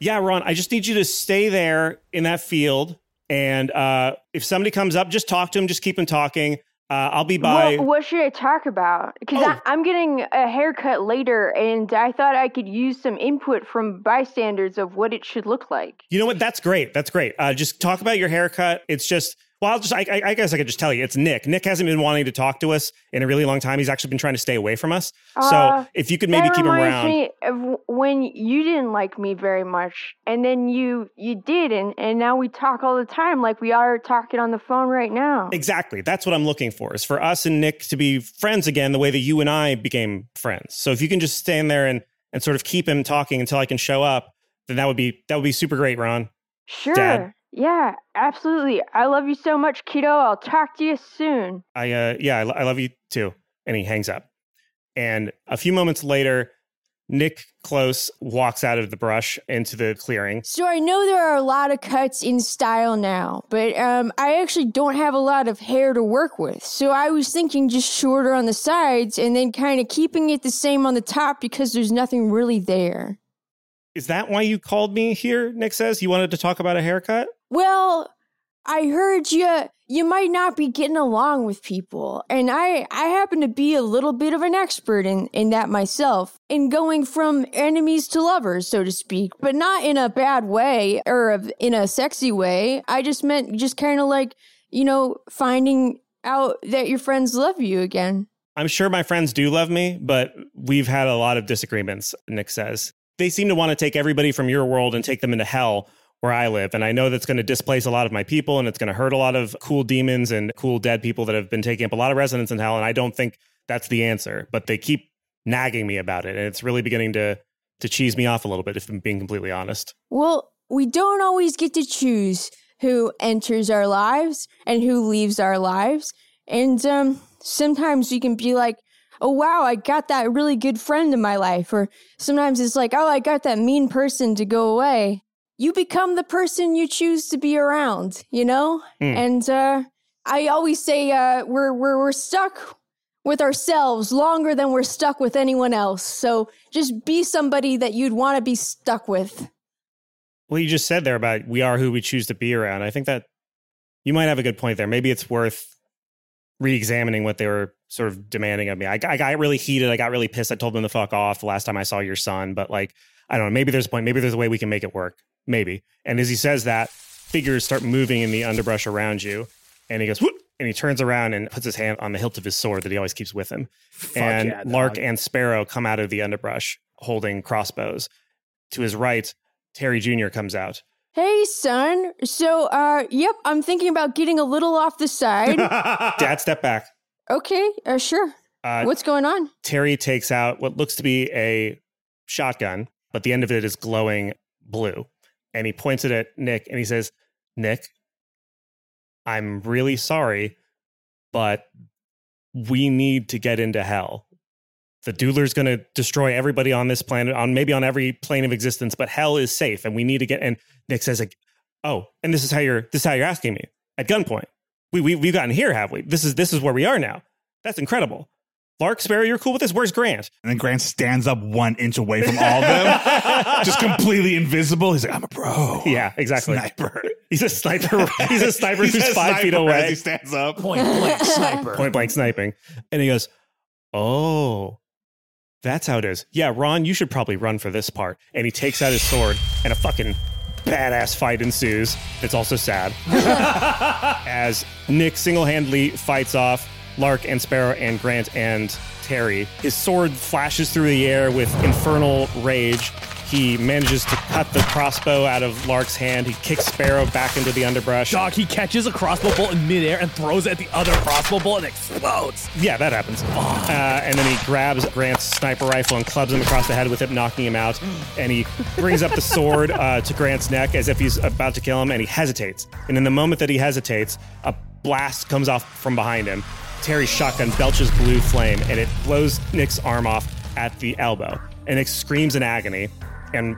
S8: Yeah, Ron, I just need you to stay there in that field. And uh, if somebody comes up, just talk to him, just keep him talking. Uh, I'll be by.
S11: What, what should I talk about?
S7: Oh.
S11: Because I'm getting a haircut later, and I thought I could use some input from bystanders of what it should look like.
S8: You know what? That's great. That's great. Uh, just talk about your haircut. It's just, well, I'll just, I, I, I guess I could just tell you, it's Nick. Nick hasn't been wanting to talk to us in a really long time. He's actually been trying to stay away from us.
S11: Uh,
S8: so if you could maybe
S11: that
S8: keep him
S11: reminds
S8: around.
S11: me of w- when you didn't like me very much, and then you you did, and and now we talk all the time, like we are talking on the phone right now.
S8: Exactly. That's what I'm looking for is for us and Nick to be friends again, the way that you and I became friends. So if you can just stand there and, and sort of keep him talking until I can show up, then that would be, that would be super great, Ron.
S11: Sure.
S8: Dad.
S11: Yeah, absolutely. I love you so much, kiddo. I'll talk to you soon.
S8: I uh, yeah, I, lo- I love you too. And he hangs up. And a few moments later, Nick Close walks out of the brush into the clearing.
S5: So I know there are a lot of cuts in style now, but um, I actually don't have a lot of hair to work with. So I was thinking just shorter on the sides and then kind of keeping it the same on the top because there's nothing really there.
S8: Is that why you called me here? Nick says you wanted to talk about a haircut.
S5: Well, I heard you you might not be getting along with people, and I I happen to be a little bit of an expert in in that myself, in going from enemies to lovers, so to speak, but not in a bad way or of- in a sexy way. I just meant just kind of like you know, finding out that your friends love you again.
S8: I'm sure my friends do love me, but we've had a lot of disagreements, Nick says. They seem to want to take everybody from your world and take them into hell where I live. And I know that's going to displace a lot of my people and it's going to hurt a lot of cool demons and cool dead people that have been taking up a lot of residence in hell. And I don't think that's the answer, but they keep nagging me about it. And it's really beginning to, to cheese me off a little bit, if I'm being completely honest.
S5: Well, we don't always get to choose who enters our lives and who leaves our lives. And um, sometimes we can be like, oh, wow, I got that really good friend in my life. Or sometimes it's like, oh, I got that mean person to go away. You become the person you choose to be around, you know? And uh, I always say uh, we're, we're, we're stuck with ourselves longer than we're stuck with anyone else. So just be somebody that you'd want to be stuck with.
S8: Well, you just said there about we are who we choose to be around. I think that you might have a good point there. Maybe it's worth re-examining what they were sort of demanding of me. I, I got really heated. I got really pissed. I told them to fuck off the last time I saw your son. But like, I don't know. Maybe there's a point. Maybe there's a way we can make it work. Maybe. And as he says that, figures start moving in the underbrush around you, and he goes whoop, and he turns around and puts his hand on the hilt of his sword that he always keeps with him. and
S6: yeah,
S8: Lark
S6: dog.
S8: and Sparrow come out of the underbrush holding crossbows. To his right, Terry Jr. comes out.
S5: Hey, son. So, uh, yep, I'm thinking about getting a little off the side.
S8: Dad, step back.
S5: okay, uh, sure.
S8: Uh,
S5: What's going on?
S8: Terry takes out what looks to be a shotgun, but the end of it is glowing blue. And he points it at Nick and he says, Nick, I'm really sorry, but we need to get into hell. The Dueler's going to destroy everybody on this planet, on maybe on every plane of existence, but hell is safe and we need to get. And Nick says, like, Oh, and this is how you're, this is how you're asking me at gunpoint. We, we, we've gotten here, have we? This is, this is where we are now. That's incredible. Lark Sparrow, you're cool with this? Where's Grant?
S7: And then Grant stands up one inch away from all of them, just completely invisible. He's like, I'm a pro.
S8: Yeah, exactly.
S7: Sniper.
S8: He's a sniper. He's a sniper
S7: He's
S8: who's
S7: a
S8: five
S7: sniper
S8: feet
S7: As he
S8: away,
S7: stands up.
S9: Point blank sniper.
S8: point blank sniping. And he goes, Oh, that's how it is. Yeah, Ron, you should probably run for this part. And he takes out his sword, and a fucking badass fight ensues. It's also sad. As Nick single handedly fights off Lark and Sparrow and Grant and Terry, his sword flashes through the air with infernal rage. He manages to cut the crossbow out of Lark's hand. He kicks Sparrow back into the underbrush.
S6: Dog, he catches a crossbow bolt in midair and throws it at the other crossbow bolt and explodes.
S8: Yeah, that happens. Uh, and then he grabs Grant's sniper rifle and clubs him across the head with it, knocking him out. And he brings up the sword uh, to Grant's neck as if he's about to kill him, and he hesitates. And in the moment that he hesitates, a blast comes off from behind him. Terry's shotgun belches blue flame, and it blows Nick's arm off at the elbow. And Nick screams in agony and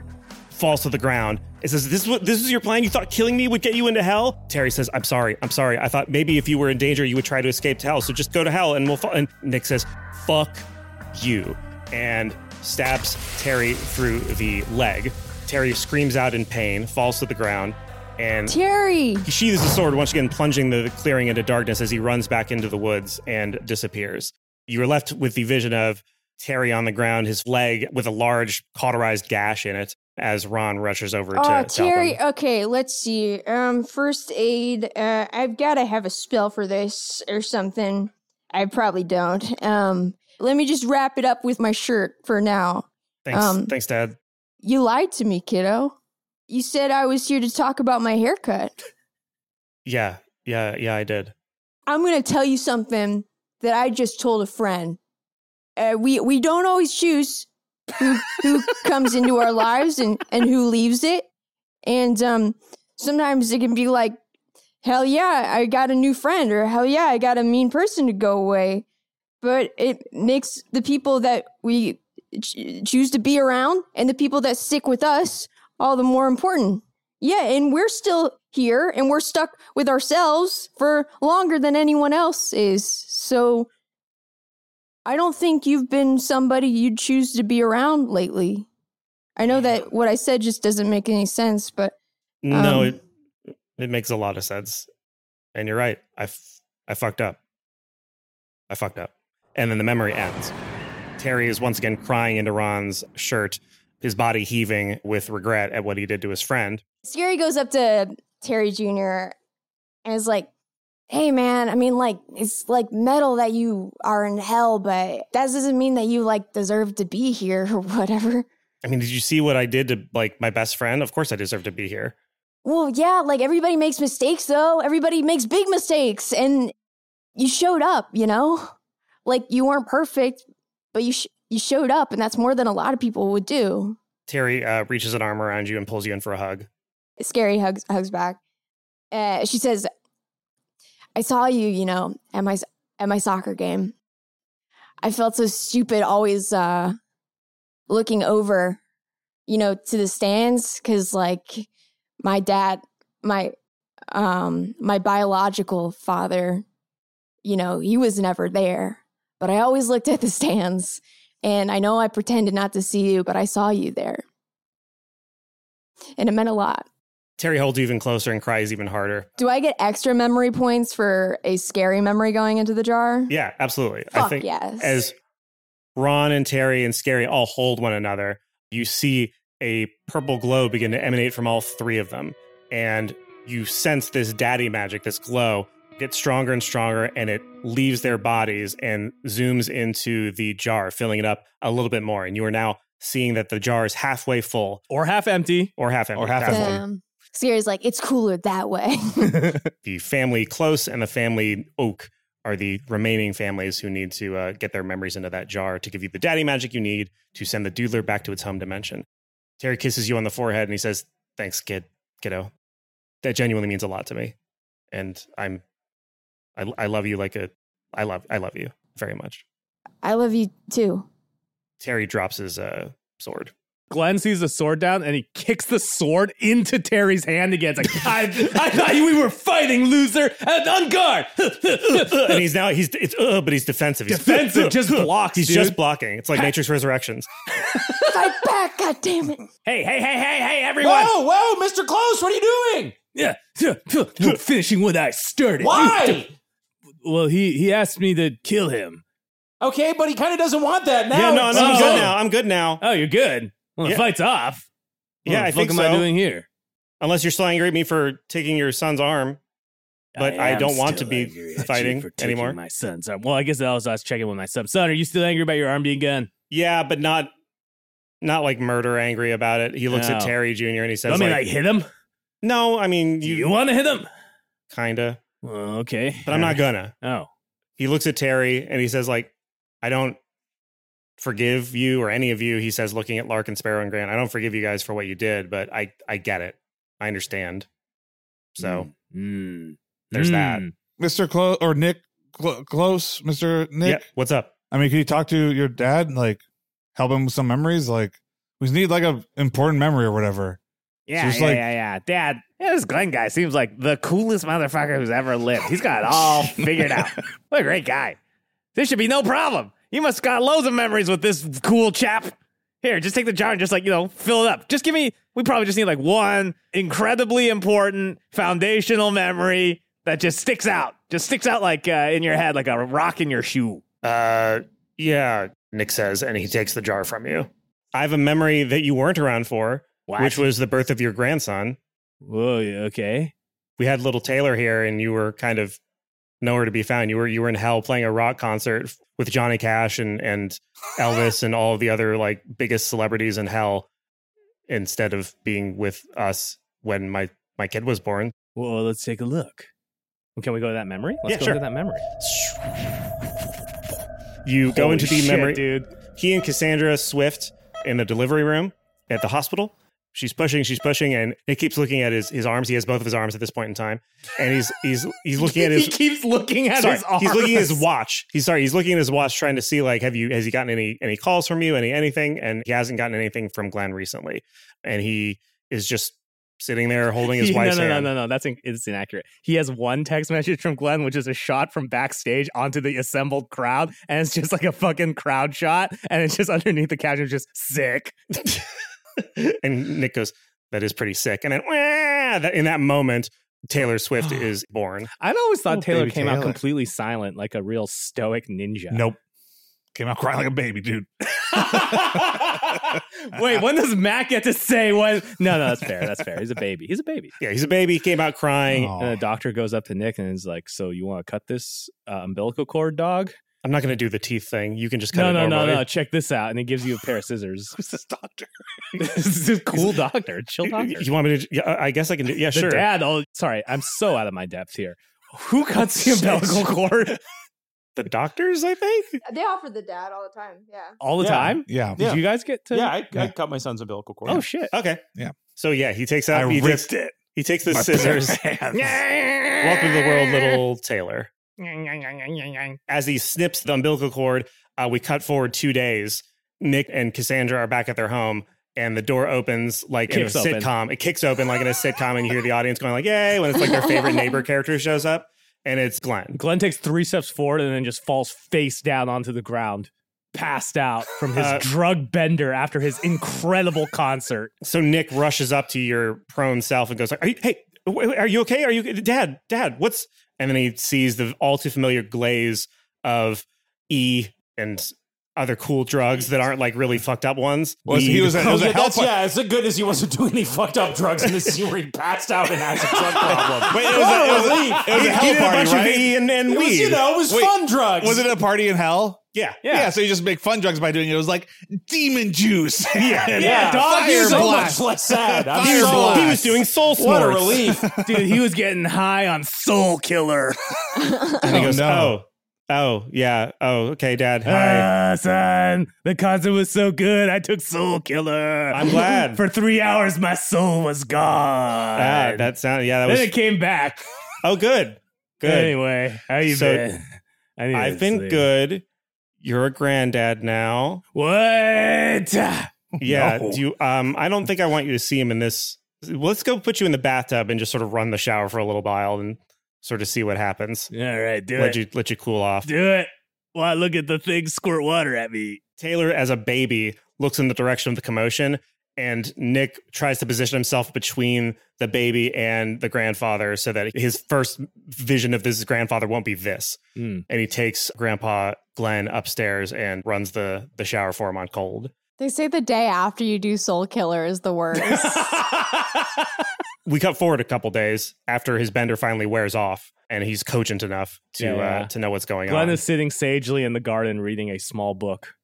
S8: falls to the ground. It says, "This is what this is your plan. You thought killing me would get you into hell." Terry says, "I'm sorry. I'm sorry. I thought maybe if you were in danger, you would try to escape to hell. So just go to hell, and we'll." Fall. And Nick says, "Fuck you," and stabs Terry through the leg. Terry screams out in pain, falls to the ground, and
S5: Terry.
S8: he sheathes the sword once again, plunging the clearing into darkness as he runs back into the woods and disappears. You are left with the vision of Terry on the ground, his leg with a large cauterized gash in it, as Ron rushes over to
S5: Oh,
S8: help
S5: Terry.
S8: him.
S5: Okay, let's see. Um, first aid. Uh, I've got to have a spell for this or something. I probably don't. Um, let me just wrap it up with my shirt for now.
S8: Thanks,
S5: um,
S8: thanks, Dad.
S5: You lied to me, kiddo. You said I was here to talk about my haircut.
S8: Yeah, yeah, yeah. I did.
S5: I'm going to tell you something that I just told a friend. Uh, we we don't always choose who who comes into our lives and and who leaves it, and um sometimes it can be like, hell yeah, I got a new friend, or hell yeah, I got a mean person to go away, but it makes the people that we ch- choose to be around and the people that stick with us all the more important. Yeah, and we're still here and we're stuck with ourselves for longer than anyone else is. So I don't think you've been somebody you'd choose to be around lately. I know that what I said just doesn't make any sense, but
S8: No,
S5: Um,
S8: it it makes a lot of sense, and you're right. I f- I fucked up. I fucked up, and then the memory ends. Terry is once again crying into Ron's shirt, his body heaving with regret at what he did to his friend.
S5: Scary goes up to Terry Jr. and is like, hey man, I mean like it's like metal that you are in hell, but that doesn't mean that you like deserve to be here or whatever.
S8: I mean, did you see what I did to like my best friend? Of course, I deserve to be here.
S5: Well, yeah, like everybody makes mistakes though. Everybody makes big mistakes and you showed up, you know? Like you weren't perfect, but you sh- you showed up and that's more than a lot of people would do.
S8: Terry uh, reaches an arm around you and pulls you in for a hug.
S5: Scary hugs hugs back. Uh, she says, "I saw you, you know, at my at my soccer game. I felt so stupid always uh, looking over, you know, to the stands because like my dad, my um my biological father, you know, he was never there, but I always looked at the stands." And I know I pretended not to see you, but I saw you there. And it meant a lot.
S8: Terry holds you even closer and cries even harder.
S5: Do I get extra memory points for a scary memory going into the jar?
S8: Yeah, absolutely. I
S5: Fuck
S8: think
S5: yes.
S8: as Ron and Terry and Scary all hold one another, you see a purple glow begin to emanate from all three of them. And you sense this daddy magic, this glow, gets stronger and stronger, and it leaves their bodies and zooms into the jar, filling it up a little bit more. And you are now seeing that the jar is halfway full
S1: Or half empty.
S8: or half empty.
S7: Or half
S8: That's
S7: empty.
S8: it.
S5: Damn. Scary's um, like, it's cooler that way.
S8: The family close and the family oak are the remaining families who need to uh, get their memories into that jar to give you the daddy magic you need to send the doodler back to its home dimension. Terry kisses you on the forehead and he says, "Thanks, kid, kiddo. That genuinely means a lot to me, and I'm, I, I love you like a, I love, I love you very much."
S5: I love you too.
S8: Terry drops his uh, sword.
S1: Glenn sees the sword down and he kicks the sword into Terry's hand again. It's like, "Ah, I, I thought we were fighting, loser, and on guard.
S8: and he's now he's it's uh, but he's defensive. He's
S1: Defensive, just blocks,
S8: He's
S1: dude.
S8: just blocking. It's like Matrix Resurrections.
S5: Fight back, god damn it.
S1: hey, hey, hey, hey, hey, everyone.
S9: Whoa, whoa, Mr. Close, what are you doing?
S1: Yeah, I'm finishing what I started.
S9: Why?
S1: Well, he, he asked me to kill him.
S9: Okay, but he kind of doesn't want that now.
S8: yeah, no,
S9: It's-
S8: no, I'm
S1: Oh.
S8: good now. I'm good now.
S1: Oh, you're good. Well, the
S8: Yeah.
S1: fight's off.
S8: Yeah,
S1: what
S8: I
S1: the fuck
S8: think
S1: am I
S8: so.
S1: doing here?
S8: Unless you're still angry at me for taking your son's arm. But I
S1: am
S8: don't want
S1: still
S8: to be
S1: angry at you
S8: fighting
S1: for taking
S8: anymore.
S1: My son's arm. Well, I guess I was, I was checking with my son. Son, are you still angry about your arm being gone?
S8: Yeah, but not not like murder angry about it. He looks at
S1: No.
S8: Terry Jr. and he says,
S1: Let me
S8: like,
S1: like hit him.
S8: No, I mean
S1: You,
S8: you,
S1: want to hit him?
S8: kinda.
S1: Well, okay,
S8: But I'm not gonna.
S1: Oh,
S8: He looks at Terry and he says, like, I don't forgive you or any of you. He says, looking at Larkin, Sparrow, and Grant, I don't forgive you guys for what you did, but I I get it. I understand. So
S1: Mm.
S8: there's that.
S1: Mm.
S7: Mr. Close or Nick Cl- Close, Mr. Nick.
S8: Yeah, what's up?
S7: I mean, can you talk to your dad and like help him with some memories? Like, we need like a important memory or whatever.
S1: Yeah,
S7: So it's
S1: yeah,
S7: like-
S1: yeah, yeah. Dad, yeah, this Glenn guy seems like the coolest motherfucker who's ever lived. He's got it all figured out. What a great guy. This should be no problem. You must got loads of memories with this cool chap. Here, just take the jar and just like, you know, fill it up. Just give me, we probably just need like one incredibly important foundational memory that just sticks out. Just sticks out like uh, in your head, like a rock in your shoe.
S8: Uh, yeah, Nick says, and he takes the jar from you. I have a memory that you weren't around for,
S1: What?
S8: which was the birth of your grandson.
S1: Whoa, Oh, yeah, okay.
S8: We had little Taylor here, and you were kind of nowhere to be found. You were you were in hell playing a rock concert with Johnny Cash and and Elvis and all the other like biggest celebrities in hell, instead of being with us when my my kid was born.
S1: Well, let's take a look. Can we go to that memory? Let's
S8: Yeah,
S1: go
S8: sure.
S1: to that memory.
S8: You go into the
S1: Holy shit,
S8: memory.
S1: dude.
S8: he and Cassandra Swift in the delivery room at the hospital. She's pushing, she's pushing, and he keeps looking at his, his arms. He has both of his arms at this point in time, and he's he's he's looking at
S1: he
S8: his.
S1: keeps looking at
S8: Sorry,
S1: his arms.
S8: he's looking at his watch. He's sorry, he's looking at his watch, trying to see like, have you has he gotten any any calls from you, any anything? And he hasn't gotten anything from Glenn recently, and he is just sitting there holding his
S1: He- no,
S8: wife's
S1: no, no,
S8: hand.
S1: no, no. That's in, it's inaccurate. He has one text message from Glenn, which is a shot from backstage onto the assembled crowd, and it's just like a fucking crowd shot, and it's just underneath the caption, just sick.
S8: and Nick goes, "That is pretty sick." And then "Wah!" that, in that moment, Taylor Swift is born.
S1: I always thought
S7: Oh,
S1: Taylor
S7: baby
S1: came out
S7: Taylor.
S1: completely silent, like a real stoic ninja.
S7: Nope. Came out crying like a baby, dude.
S1: Wait, when does Matt get to say what? No, no, that's fair. That's fair. He's a baby. He's a baby.
S8: Yeah, he's a baby. Came out crying.
S1: And the doctor goes up to Nick and is like, "So you want to cut this uh, umbilical cord, dog?"
S8: I'm not going to do the teeth thing. You can just cut
S1: No,
S8: it
S1: no, no,
S8: normally.
S1: no. Check this out, and he gives you a pair of scissors.
S7: Who's this doctor?
S1: this is a cool doctor, chill doctor.
S8: You, you want me to? Yeah, I guess I can do. Yeah,
S1: the
S8: sure.
S1: dad. Oh, sorry, I'm so out of my depth here. Who cuts the umbilical cord
S8: The doctors, I think.
S5: They offer the dad all the time. Yeah.
S1: all the
S9: Yeah.
S1: time?
S7: Yeah.
S1: Did you guys get to?
S9: Yeah, I, I
S7: Yeah.
S9: cut my son's umbilical cord.
S1: Oh shit.
S8: Okay.
S7: Yeah.
S8: So yeah, he takes
S7: I
S8: out. he, takes,
S7: ripped it.
S8: he takes the
S7: My
S8: scissors.
S7: bare hands.
S8: Welcome to the world, little Taylor. As he snips the umbilical cord, uh, we cut forward two days. Nick and Cassandra are back at their home, and the door opens like in a
S1: Kicks open.
S8: sitcom. It kicks open like in a sitcom, and you hear the audience going like, "Yay!" When it's like their favorite neighbor character shows up, and it's Glenn.
S1: Glenn takes three steps forward and then just falls face down onto the ground, passed out from his
S8: Uh,
S1: drug bender after his incredible concert.
S8: So Nick rushes up to your prone self and goes like, "Are you, hey, w- are you okay? Are you dad? Dad, what's?" And then he sees the all too familiar glaze of E and other cool drugs that aren't like really fucked up ones. E
S7: Was- he
S8: Weed.
S7: was a, it
S9: Oh,
S7: was a
S9: yeah,
S7: hell
S9: that's, yeah, as good as he wasn't doing any fucked up drugs in this scene where he passed out and has a drug problem.
S7: Wait, it was a- it was a-
S9: Holy-
S7: it was a
S8: He- he
S7: hell
S8: did a bunch
S7: party,
S8: of
S7: right?
S8: E and, and
S9: it was,
S8: weed.
S9: you know, it was
S7: Wait,
S9: fun drugs.
S7: Was it a party in hell?
S8: yeah.
S7: Yeah. so you just make fun drugs by doing it. It was like demon juice. Yeah,
S9: yeah,
S7: dog fire
S9: You're so
S7: blast.
S9: much less sad. I'm
S7: Fire
S9: so,
S7: blast.
S8: He was doing soul
S9: What a
S8: snorts.
S9: relief.
S1: Dude, he was getting high on Soul Killer.
S8: And he
S7: Oh,
S8: goes,
S7: no.
S8: "Oh, oh, yeah, oh, okay, Dad, hi."
S1: Ah, son, the concert was so good. I took Soul Killer.
S8: I'm glad.
S1: For three hours, my soul was gone.
S8: ah, that sound. Yeah, that
S1: then
S8: was.
S1: it came back.
S8: Oh, good, good.
S1: Anyway, how you
S8: So-
S1: been? I need
S8: I've
S1: to
S8: been
S1: sleep.
S8: good. You're a granddad now.
S1: What?
S8: Yeah.
S1: No.
S8: Do you, um, I don't think I want you to see him in this. Let's go put you in the bathtub and just sort of run the shower for a little while and sort of see what happens.
S1: All right, do it.
S8: Let you let you cool off.
S1: do it. Why look at the thing squirt water at me?
S8: Taylor, as a baby, looks in the direction of the commotion, and Nick tries to position himself between the baby and the grandfather so that his first vision of this grandfather won't be this.
S1: Hmm.
S8: And he takes Grandpa Glenn upstairs and runs the the shower for him on cold.
S5: They say the day after you do Soul Killer is the worst.
S8: we cut forward a couple days after his bender finally wears off and he's cogent enough to
S1: Yeah, yeah.
S8: Uh, to know what's going
S1: Glenn
S8: on.
S1: is sitting sagely in the garden reading a small book.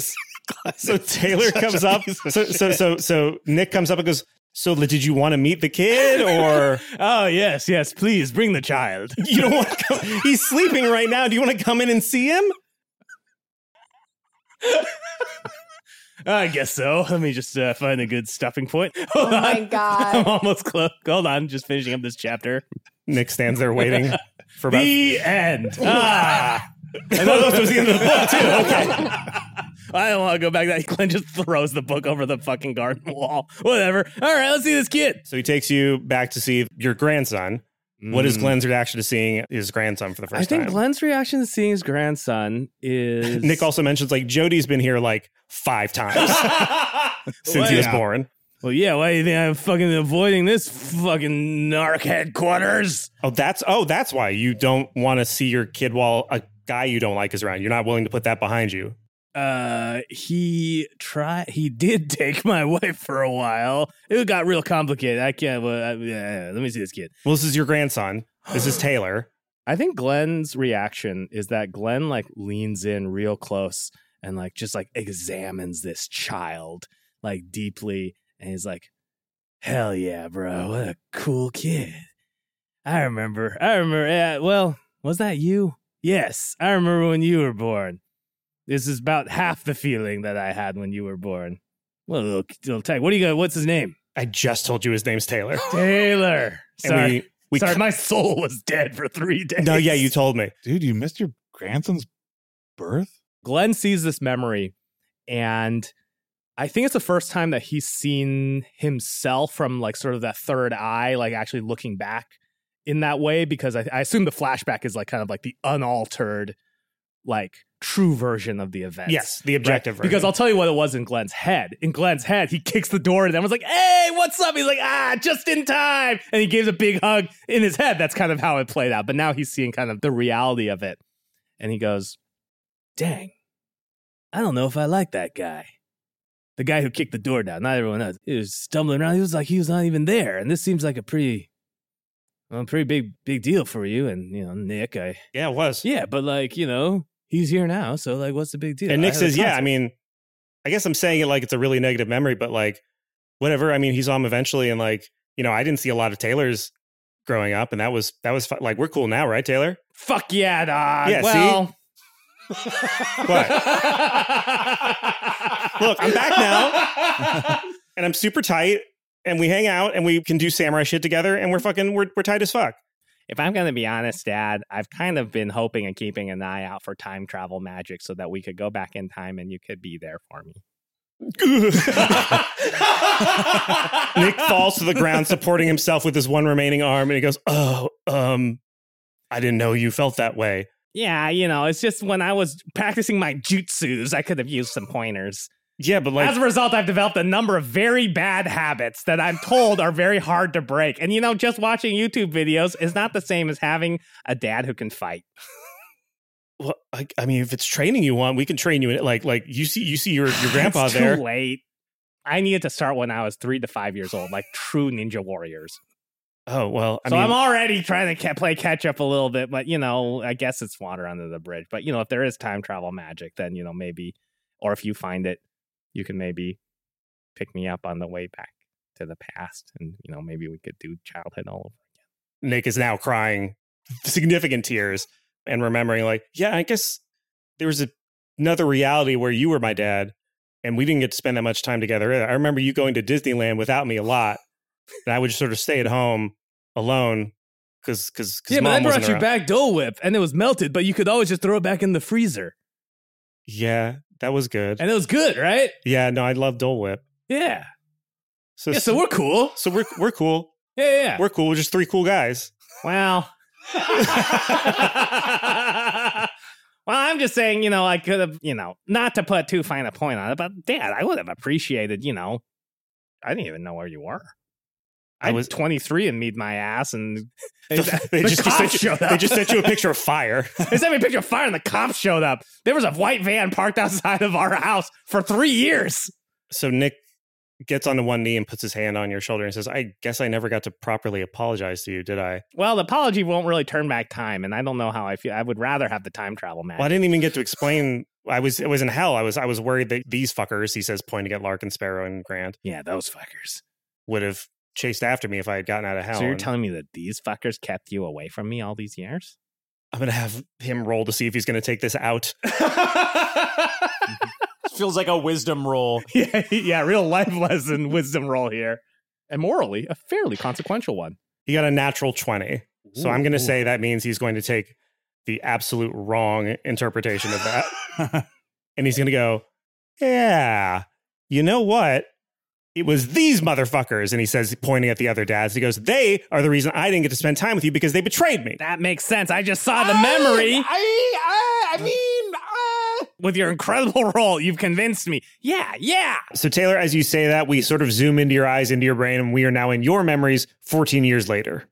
S8: so Taylor comes up. So so so so Nick comes up and goes, "So did you want to meet the kid or
S1: Oh, yes, yes, please bring the child.
S8: you don't want to come? He's sleeping right now. Do you want to come in and see him?"
S1: I guess so. Let me just uh, find a good stopping point. Hold
S5: oh
S1: on.
S5: my
S1: I'm
S5: god.
S1: almost close. Hold on, just finishing up this chapter.
S8: Nick stands there waiting for about
S1: The end. Ah. I thought that was the end of the book too. Okay. I don't want to go back. to That Glenn just throws the book over the fucking garden wall. Whatever. All right, let's see this kid.
S8: So he takes you back to see your grandson. What is Glenn's reaction to seeing his grandson for the first
S1: Mm. I think
S8: time?
S1: Glenn's reaction to seeing his grandson is
S8: Nick also mentions like Jody's been here like five times since he was
S7: Yeah.
S8: born.
S1: Well, yeah. Why do you think I'm fucking avoiding this fucking narc headquarters?
S8: Oh, that's oh, that's why you don't want to see your kid while a guy you don't like is around. You're not willing to put that behind you.
S1: Uh, he tried. He did take my wife for a while. It got real complicated. I can't. Well, I, yeah, let me see this kid.
S8: Well, this is your grandson. This is Taylor.
S1: I think Glenn's reaction is that Glenn like leans in real close and like just like examines this child like deeply and he's like, Hell yeah, bro. What a cool kid. I remember. I remember. Yeah, well, was that you? Yes, I remember when you were born. This is about half the feeling that I had when you were born. What a little, little tag. What do you got? What's his name?
S8: I just told you his name's Taylor.
S1: Taylor. Sorry.
S8: And we, we
S1: Sorry, my soul was dead for three days.
S8: no, yeah, you told me.
S7: Dude, you missed your grandson's birth?
S1: Glenn sees this memory, and I think it's the first time that he's seen himself from like sort of that third eye, like actually looking back in that way. Because I, I assume the flashback is like kind of like the unaltered, like true version of the event.
S8: Yes, the objective.
S1: Because I'll tell you what it was in Glenn's head. In Glenn's head, he kicks the door and everyone's like, hey, what's up? He's like, ah, just in time. And he gives a big hug in his head. That's kind of how it played out. But now he's seeing kind of the reality of it. And he goes, dang, I don't know if I like that guy. The guy who kicked the door down, not everyone else. He was stumbling around. He was like he was not even there. And this seems like a pretty, well, pretty big, big deal for you. And you know, Nick, I
S8: Yeah, it was.
S1: yeah, but like you know, he's here now. So like, what's the big deal?
S8: and
S1: I
S8: Nick
S1: had a
S8: says, yeah, I
S1: concert.
S8: mean, I guess I'm saying it like it's a really negative memory, but like, whatever. I mean, he saw him eventually, and like, you know, I didn't see a lot of Taylors growing up, and that was that was fi- like we're cool now, right, Taylor?
S1: fuck yeah, dog.
S8: Yeah, see?
S1: well,
S8: What? Look, I'm back now, and I'm super tight, and we hang out, and we can do samurai shit together, and we're fucking we're we're tight as fuck.
S1: If I'm going to be honest, Dad, I've kind of been hoping and keeping an eye out for time travel magic so that we could go back in time and you could be there for me.
S8: Nick falls to the ground, supporting himself with his one remaining arm, and he goes, "Oh, um, I didn't know you felt that way."
S1: Yeah, you know, it's just when I was practicing my jutsus, I could have used some pointers.
S8: Yeah, but like,
S1: As a result, I've developed a number of very bad habits that I'm told are very hard to break. And you know, just watching YouTube videos is not the same as having a dad who can fight.
S8: well, I, I mean, if it's training you want, we can train you in it. Like, like you see, you see your your grandpa
S1: it's
S8: there.
S1: Too late. I needed to start when I was three to five years old, like true ninja warriors.
S8: Oh well, I
S1: so
S8: mean,
S1: I'm already trying to ca- play catch up a little bit, but you know, I guess it's water under the bridge. But you know, if there is time travel magic, then you know maybe, or if you find it, you can maybe pick me up on the way back to the past, and you know maybe we could do childhood all over.
S8: Nick is now crying significant tears and remembering, like, yeah, I guess there was a, another reality where you were my dad, and we didn't get to spend that much time together. Either. I remember you going to Disneyland without me a lot, and I would just sort of stay at home alone because because mom wasn't around.
S1: back Dole Whip, and it was melted, but you could always just throw it back in the freezer,
S8: Yeah, that was good.
S1: it was good, right?
S8: yeah, no, I love Dole Whip.
S1: Yeah,
S8: So
S1: we're cool.
S8: so we're we're cool.
S1: Yeah, yeah.
S8: We're cool. We're just three cool guys.
S1: Well. well, I'm just saying, you know, I could have, you know, not to put too fine a point on it, but Dad, I would have appreciated, you know, I didn't even know where you were. I
S8: I
S1: was
S8: was-
S1: 23 and me'd my ass, and
S8: They just,
S1: cops
S8: sent you,
S1: showed up.
S8: they just sent you a picture of fire.
S1: they sent me a picture of fire, and the cops showed up. There was a white van parked outside of our house for three years.
S8: so Nick gets onto one knee and puts his hand on your shoulder and says, "I guess I never got to properly apologize to you, did I?
S1: Well, the apology won't really turn back time, and I don't know how I feel. I would rather have the time travel man.
S8: Well, I didn't even get to explain. I was it was in hell. I was I was worried that these fuckers," he says, pointing at Larkin, Sparrow, and Grant,
S1: yeah, those fuckers.
S8: would have chased after me if I had gotten out of hell.
S1: So you're
S8: And
S1: telling me that these fuckers kept you away from me all these years?
S8: I'm gonna have him roll to see if he's gonna take this out.
S9: Feels like a wisdom roll.
S1: yeah, yeah, real life lesson wisdom roll here. And morally, a fairly consequential one.
S8: He got a natural twenty, so I'm gonna say that means he's going to take the absolute wrong interpretation of that. and he's going to go, Yeah, you know what? It was these motherfuckers. And he says, pointing at the other dads, he goes, They are the reason I didn't get to spend time with you because they betrayed me.
S1: That makes sense. I just saw the memory
S9: I, I, I mean, uh,
S1: with your incredible role. You've convinced me. Yeah, yeah.
S8: So, Taylor, as you say that, we sort of zoom into your eyes, into your brain, and we are now in your memories 14 years later.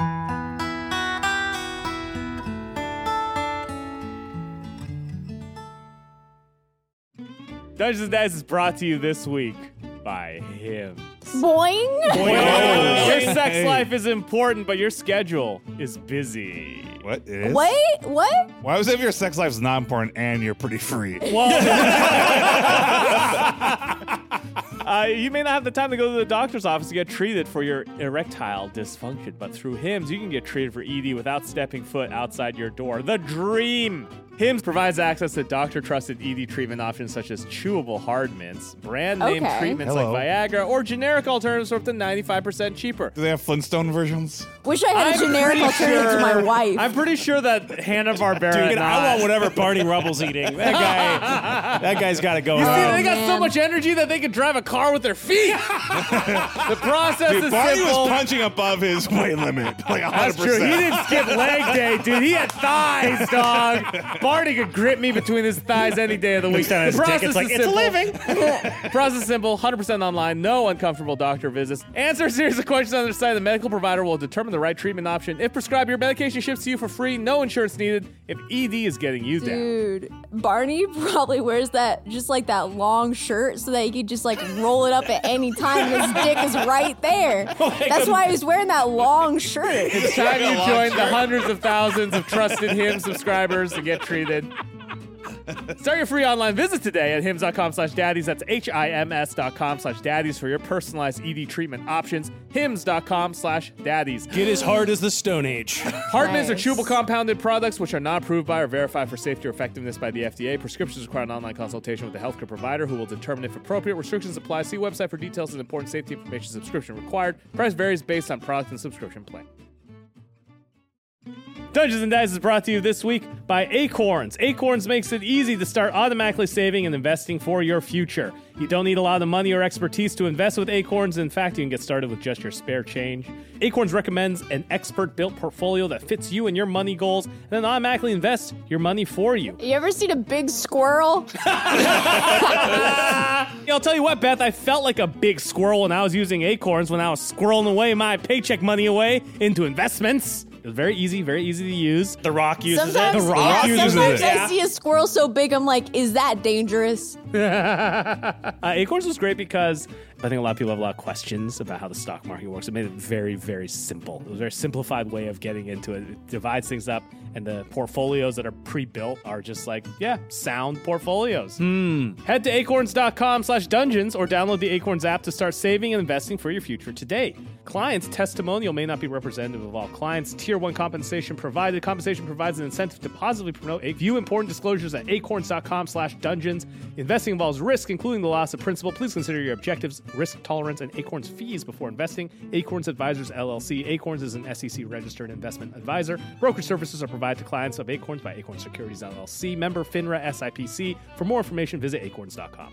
S1: Dungeons and Dice is brought to you this week by him.
S5: Boing.
S1: Your sex life is important, but your schedule is busy.
S7: What it is?
S5: Wait, what?
S7: Why was it if your sex life's not important and you're pretty free?
S1: Uh, you may not have the time to go to the doctor's office to get treated for your erectile dysfunction, but through HIMS, you can get treated for ED without stepping foot outside your door. The dream! HIMS provides access to doctor trusted ED treatment options such as chewable hard mints, brand name
S5: Okay.
S1: treatments
S7: Hello.
S1: like Viagra, or generic alternatives for up to 95% cheaper.
S7: Do they have Flintstone versions?
S5: Wish I had a generic
S1: pretty
S5: alternative to my
S1: sure-
S5: wife.
S1: I'm pretty sure that Hanna Barbera.
S6: Dude, I want whatever Barney Rubble's eating. That guy, that guy's got to go.
S1: Dude,
S6: home.
S1: they got so
S5: man.
S1: much energy that they could drive a car with their feet. the process
S7: Dude,
S1: is
S7: Barney
S1: simple.
S7: was punching above his weight limit, like 100.
S1: That's true. He didn't skip leg day, dude. He had thighs, dog.
S6: Barney could grip me between his thighs any day of the week.
S8: Next time
S6: The
S8: it's dick,
S6: process
S8: it's like,
S6: is
S8: it's a
S6: simple.
S8: living.
S6: Process is simple, 100% online, no uncomfortable doctor visits. Answer a series of questions on their site. The medical provider will determine the right treatment option. If prescribed, your medication ships to you for free, no insurance needed. If ED is getting you down.
S5: Dude, Barney probably wears that just like that long shirt so that he could just like roll it up at any time. and His dick is right there. That's why he was wearing that long shirt.
S6: It's time you join the hundreds of thousands of trusted Hims subscribers to get treated. Start your free online visit today at hims.com slash daddies. That's H-I-M-S dot com slash daddies for your personalized ED treatment options. Hims.com slash daddies.
S1: Get as hard as the Stone Age.
S6: Hard mints are
S5: Nice.
S6: chewable compounded products which are not approved by or verified for safety or effectiveness by the FDA. Prescriptions require an online consultation with a healthcare provider who will determine if appropriate. Restrictions apply. See website for details and important safety information. Subscription required. Price varies based on product and subscription plan.
S1: Dungeons and Dice is brought to you this week by Acorns. Acorns makes it easy to start automatically saving and investing for your future. You don't need a lot of money or expertise to invest with Acorns. In fact, you can get started with just your spare change. Acorns recommends an expert built portfolio that fits you and your money goals and then automatically invests your money for you.
S5: You ever seen a big squirrel?
S1: Yeah, I'll tell you what, Beth, I felt like a big squirrel when I was using Acorns when I was squirreling away my paycheck money away into investments. It was very easy, very easy to use.
S8: The Rock uses
S5: Sometimes,
S8: it.
S5: yeah,
S7: uses
S5: sometimes
S7: it.
S5: I see a squirrel so big, I'm like, is that dangerous?
S1: Uh, Acorns was great because I think a lot of people have a lot of questions about how the stock market works. It made it very, very simple. It was a very simplified way of getting into it. It divides things up, and the portfolios that are pre-built are just like, yeah, sound portfolios. Hmm. Head to acorns.com slash dungeons or download the Acorns app to start saving and investing for your future today. Clients' testimonial may not be representative of all clients. Tier 1 compensation provided. Compensation provides an incentive to positively promote a view important disclosures at acorns.com slash dungeons. Investing involves risk, including the loss of principal. Please consider your objectives, risk tolerance, and Acorns fees before investing. Acorns Advisors LLC. Acorns is an SEC registered investment advisor. Broker services are provided to clients of Acorns by Acorns Securities LLC. Member FINRA SIPC. For more information, visit acorns.com.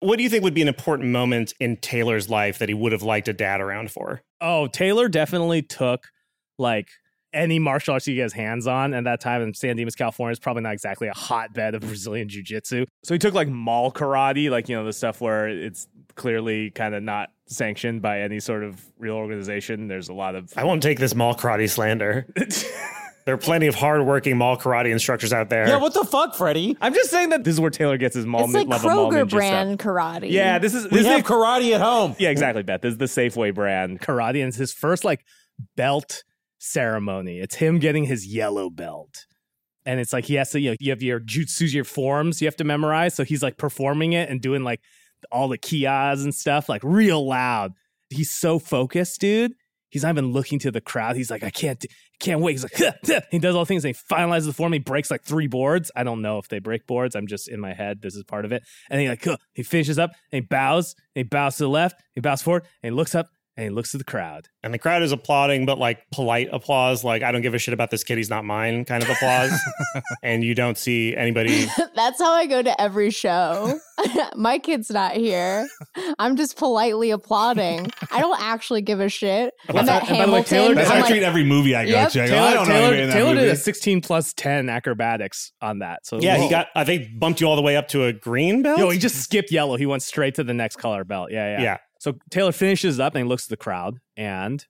S8: What do you think would be an important moment in Taylor's life that he would have liked a dad around for?
S1: Oh, Taylor definitely took like any martial arts he gets hands on. And that time in San Dimas, California is probably not exactly a hotbed of Brazilian jiu jitsu. So he took like mall karate, like, you know, the stuff where it's clearly kind of not sanctioned by any sort of real organization. There's a lot of.
S8: I won't take this mall karate slander. there are plenty of hardworking mall karate instructors out there.
S9: Yeah, what the fuck, Freddie?
S1: I'm just saying that this is where Taylor gets his mall
S5: It's like
S1: level mall ninja stuff.
S5: Kroger brand karate.
S1: Yeah, this is
S9: We
S1: this is
S9: have karate at home.
S1: Yeah, exactly, Beth. This is the Safeway brand. Karate and it's his first like belt ceremony. It's him getting his yellow belt. And it's like he has to, you know, you have your jutsu, your forms you have to memorize. So he's like performing it and doing like all the kias and stuff, like real loud. He's so focused, dude. He's not even looking to the crowd. He's like, I can't, do- can't wait. He's like, he does all the things. And he finalizes the form. He breaks like three boards. I don't know if they break boards. I'm just in my head. This is part of it. And he like, huh, he finishes up and he bows. And he bows to the left. He bows forward and he looks up and he looks to the crowd.
S8: And the crowd is applauding, but like polite applause, like I don't give a shit about this kid, he's not mine kind of applause. and you don't see anybody.
S5: That's how I go to every show. My kid's not here. I'm just politely applauding. I don't actually give a shit. I'm at
S1: and by the way, Taylor-
S5: Hamilton.
S7: That's
S5: I'm
S7: how I
S5: like,
S7: treat every movie I go
S5: Yep,
S7: to. I go,
S1: Taylor,
S7: I don't know
S1: Taylor,
S7: anybody in that
S1: Taylor
S7: movie.
S1: did a 16 plus 10 acrobatics on that. So
S8: Yeah,
S1: Whoa.
S8: he got I think bumped you all the way up to a green belt.
S1: Yo, he just skipped yellow. He went straight to the next color belt. Yeah, yeah.
S8: Yeah.
S1: So Taylor finishes up and he looks at the crowd, and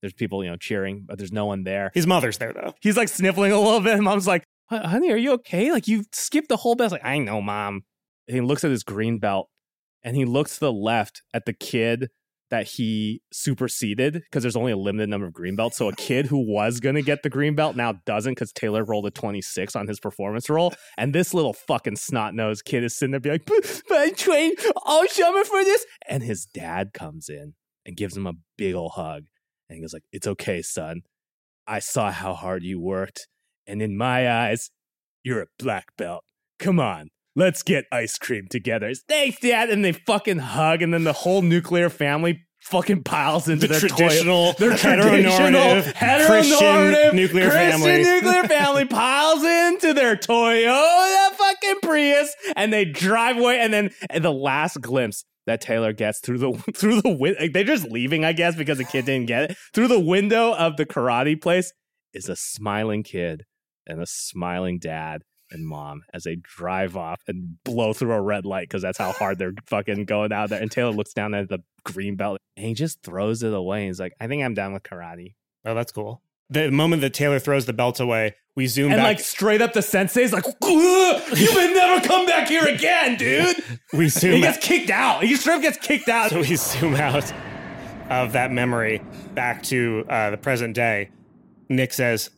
S1: there's people, you know, cheering, but there's no one there.
S8: His mother's there though.
S1: He's like sniffling a little bit. And mom's like, "Hon- honey, are you okay? Like, you skipped the whole belt. It's like, I know, mom. And he looks at his green belt and he looks to the left at the kid that he superseded because there's only a limited number of green belts. So a kid who was going to get the green belt now doesn't because Taylor rolled a 26 on his performance roll. And this little fucking snot nosed kid is sitting there being like, but, but I trained all summer for this. And his dad comes in and gives him a big old hug and he goes like, "It's okay, son. I saw how hard you worked, and in my eyes, you're a black belt. Come on." Let's get ice cream together. Thanks, Dad. And they fucking hug, and then the whole nuclear family fucking piles into
S8: The
S1: their toilet
S8: traditional,
S1: their heteronormative,
S8: heteronormative,
S1: heteronormative
S8: Christian nuclear
S1: Christian
S8: family.
S1: nuclear family piles into their Toyota fucking Prius and they drive away. And then the last glimpse that Taylor gets through the through the window, they're just leaving, I guess, because the kid didn't get it. Through the window of the karate place is a smiling kid and a smiling dad. And mom, as they drive off and blow through a red light, because that's how hard they're fucking going out there. And Taylor looks down at the green belt and he just throws it away. He's like, I think I'm done with karate.
S8: Oh, that's cool. The moment that Taylor throws the belt away, we zoom
S1: and
S8: back.
S1: like straight up the sensei's like, "Ugh, you may never come back here again, dude.
S8: we
S1: He
S8: zoom. out-
S1: gets kicked out. He straight up gets kicked out.
S8: so we zoom out of that memory back to uh, the present day. Nick says,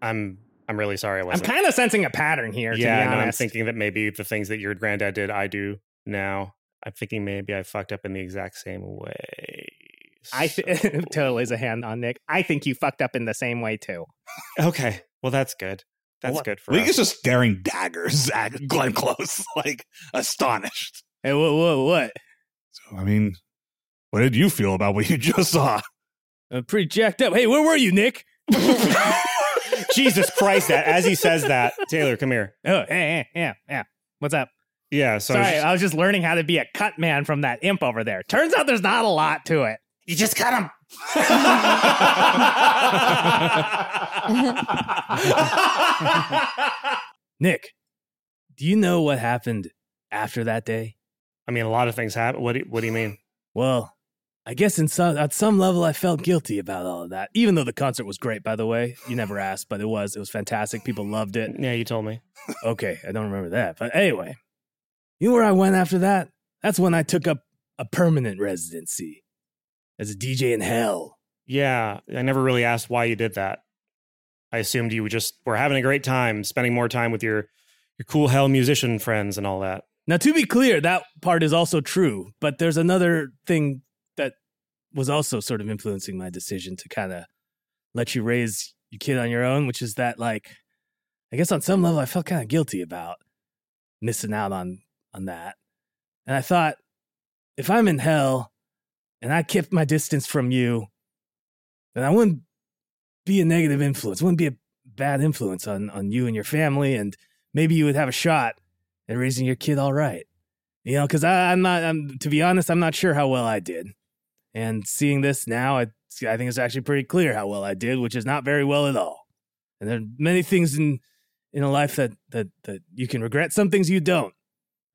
S8: "I'm I'm really sorry I
S1: I'm
S8: wasn't."
S1: kind of sensing a pattern here.
S8: yeah,
S1: to be
S8: and
S1: honest.
S8: I'm thinking that maybe the things that your granddad did, I do now. I'm thinking maybe I fucked up in the exact same way.
S1: I
S8: So-
S1: th- Taylor lays a hand on Nick. I think you fucked up in the same way too.
S8: okay. Well, that's good. That's
S7: Well,
S8: good for
S7: League
S8: us.
S7: is just staring daggers at Glenn Close, like astonished.
S1: Hey, what, what, what?
S7: So, I mean, what did you feel about what you just saw?
S1: I'm uh, pretty jacked up. Hey, where were you, Nick?
S8: Jesus Christ! That as he says that, Taylor, come here.
S1: Oh, yeah, yeah, yeah. What's up?
S8: Yeah. So I
S1: Sorry,
S8: was
S1: uh
S8: just-
S1: I was just learning how to be a cut man from that imp over there. Turns out there's not a lot to it.
S7: You just cut him.
S1: Nick, do you know what happened after that day?
S8: I mean, a lot of things happen. What do you, What do you mean?
S1: Well, I guess in some at some level I felt guilty about all of that. Even though the concert was great, by the way. You never asked, but it was. It was fantastic. People loved it.
S8: Yeah, you told me.
S1: Okay, I don't remember that. But anyway, you know where I went after that? That's when I took up a permanent residency as a DJ in hell.
S8: Yeah, I never really asked why you did that. I assumed you were just were having a great time, spending more time with your your cool hell musician friends and all that.
S1: Now, to be clear, that part is also true, but there's another thing that was also sort of influencing my decision to kind of let you raise your kid on your own, which is that, like, I guess on some level, I felt kind of guilty about missing out on on that, and I thought, if I'm in hell and I kept my distance from you, then I wouldn't be a negative influence, wouldn't be a bad influence on on you and your family, and maybe you would have a shot and raising your kid all right. You know, because I'm not, I'm, to be honest, I'm not sure how well I did. And seeing this now, I, I think it's actually pretty clear how well I did, which is not very well at all. And there are many things in, in a life that, that, that you can regret, some things you don't.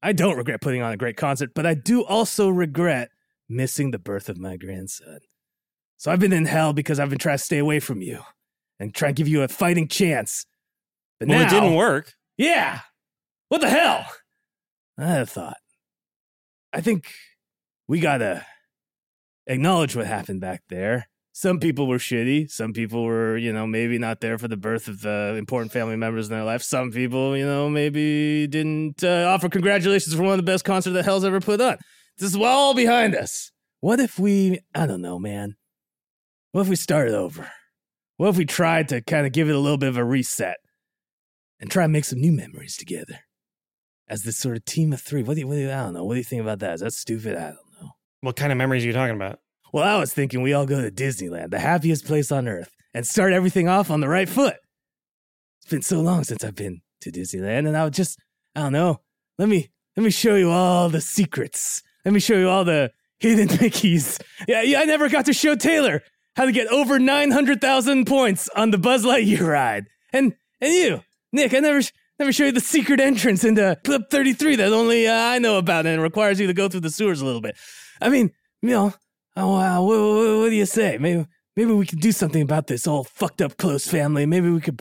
S1: I don't regret putting on a great concert, but I do also regret missing the birth of my grandson. So I've been in hell because I've been trying to stay away from you and try and give you a fighting chance. But
S8: well,
S1: now,
S8: it didn't work.
S1: yeah. What the hell? I had a thought. I think we gotta acknowledge what happened back there. Some people were shitty. Some people were, you know, maybe not there for the birth of the important family members in their life. Some people, you know, maybe didn't uh, offer congratulations for one of the best concerts that hell's ever put on. This is all behind us. What if we, I don't know, man. What if we started over? What if we tried to kind of give it a little bit of a reset? and try and make some new memories together as this sort of team of three. What do you, what do you I don't know. What do you think about that? Is that stupid? I don't know.
S8: What kind of memories are you talking about?
S1: Well, I was thinking we all go to Disneyland, the happiest place on earth, and start everything off on the right foot. It's been so long since I've been to Disneyland, and I would just, I don't know. Let me let me show you all the secrets. Let me show you all the hidden Mickeys. Yeah, yeah I never got to show Taylor how to get over nine hundred thousand points on the Buzz Lightyear ride, and and you, Nick, I never. sh- Never show you the secret entrance into Flip 33 that only uh, I know about and it requires you to go through the sewers a little bit. I mean, you know, Oh wow! What, what, what do you say? Maybe maybe we could do something about this all fucked up close family. Maybe we could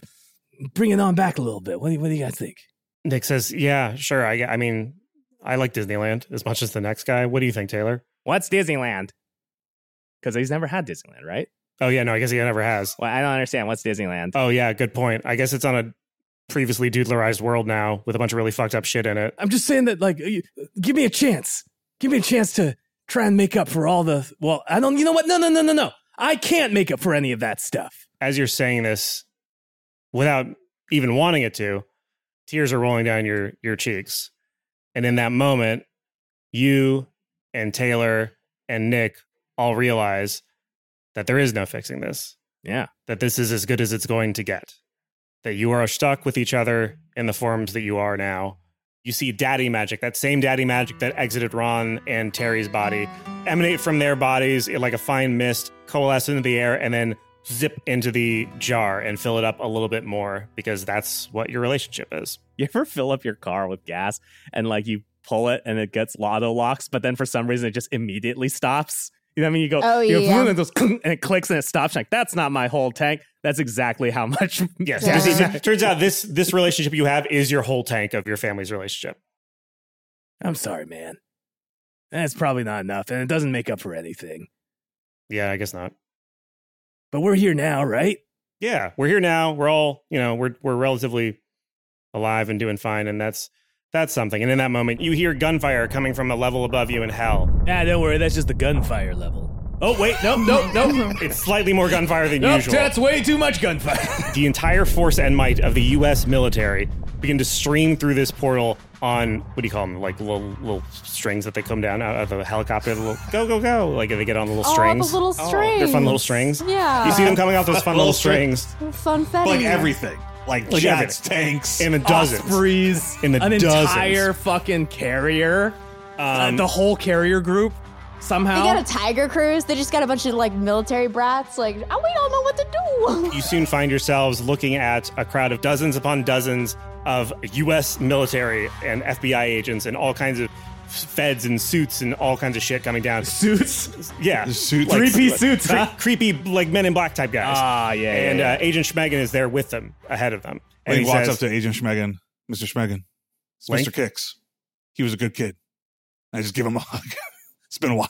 S1: bring it on back a little bit. What do you, what do you guys think?
S8: Nick says, "Yeah, sure. I, I mean, I like Disneyland as much as the next guy. What do you think, Taylor?
S1: What's Disneyland? Because he's never had Disneyland, right?
S8: Oh yeah, no, I guess he never has.
S1: Well, I don't understand. What's Disneyland?
S8: Oh yeah, good point. I guess it's on a previously doodlerized world now with a bunch of really fucked up shit in it.
S1: I'm just saying that, like, you, give me a chance. Give me a chance to try and make up for all the well i don't you know what no no no no no i can't make up for any of that stuff
S8: As you're saying this, without even wanting it to, tears are rolling down your your cheeks. And in that moment, you and Taylor and Nick all realize that there is no fixing this.
S1: yeah
S8: that this is as good as it's going to get. That you are stuck with each other in the forms that you are now. You see daddy magic, that same daddy magic that exited Ron and Terry's body, emanate from their bodies like a fine mist, coalesce into the air, and then zip into the jar and fill it up a little bit more because that's what your relationship is.
S1: you ever fill up your car with gas and like you pull it and it gets lotto locks but then for some reason it just immediately stops you know what I mean? You go,
S5: Oh,
S1: you go,
S5: yeah.
S1: and, it goes, and it clicks and it stops. You're like, that's not my whole tank. That's exactly how much.
S8: Yes.
S5: Yeah.
S8: this is- turns out this this relationship you have is your whole tank of your family's relationship.
S1: I'm sorry, man. That's probably not enough. And it doesn't make up for anything.
S8: Yeah, I guess not.
S1: But we're here now, right?
S8: yeah, we're here now. We're all, you know, we're we're relatively alive and doing fine, and that's that's something. And in that moment, you hear gunfire coming from a level above you in hell.
S1: Ah, don't worry. That's just the gunfire level. Oh, wait. Nope, nope, nope.
S8: It's slightly more gunfire than
S1: nope,
S8: usual.
S1: that's way too much gunfire.
S8: the entire force and might of the U.S. military begin to stream through this portal on what do you call them? Like little little strings that they come down out of the helicopter. The little, go go go! Like they get on the little strings.
S5: Oh, the little strings.
S8: They're fun little strings.
S5: Yeah.
S8: You see them coming off those fun
S7: Little
S8: little
S7: string.
S8: strings
S5: Fun
S7: Like everything. Like,
S8: Like
S7: jets,
S8: everything.
S7: tanks.
S8: in the dozens.
S1: Breeze.
S8: In the
S1: An
S8: dozens.
S1: entire fucking carrier. Uh,
S8: Um,
S1: the whole carrier group
S5: They
S1: somehow.
S5: got a tiger cruise. They just got a bunch of like military brats. Like, oh, we don't know what to do.
S8: you soon find yourselves looking at a crowd of dozens upon dozens of U.S. military and FBI agents and all kinds of feds and suits and all kinds of shit coming down.
S1: suits.
S8: Yeah,
S7: Suits.
S8: Like-
S1: Three-piece suits,
S8: cre-
S1: huh?
S8: creepy like men in black type guys.
S1: Ah, yeah, yeah,
S8: And
S1: yeah.
S8: Uh, Agent Schmegan is there with them, ahead of them,
S7: And he, walks
S8: says,
S7: up to Agent Schmegan, Mr. Schmegan, it's
S8: Link?
S7: Mr. Kicks. He was a good kid. I just give him a hug. it's been a while.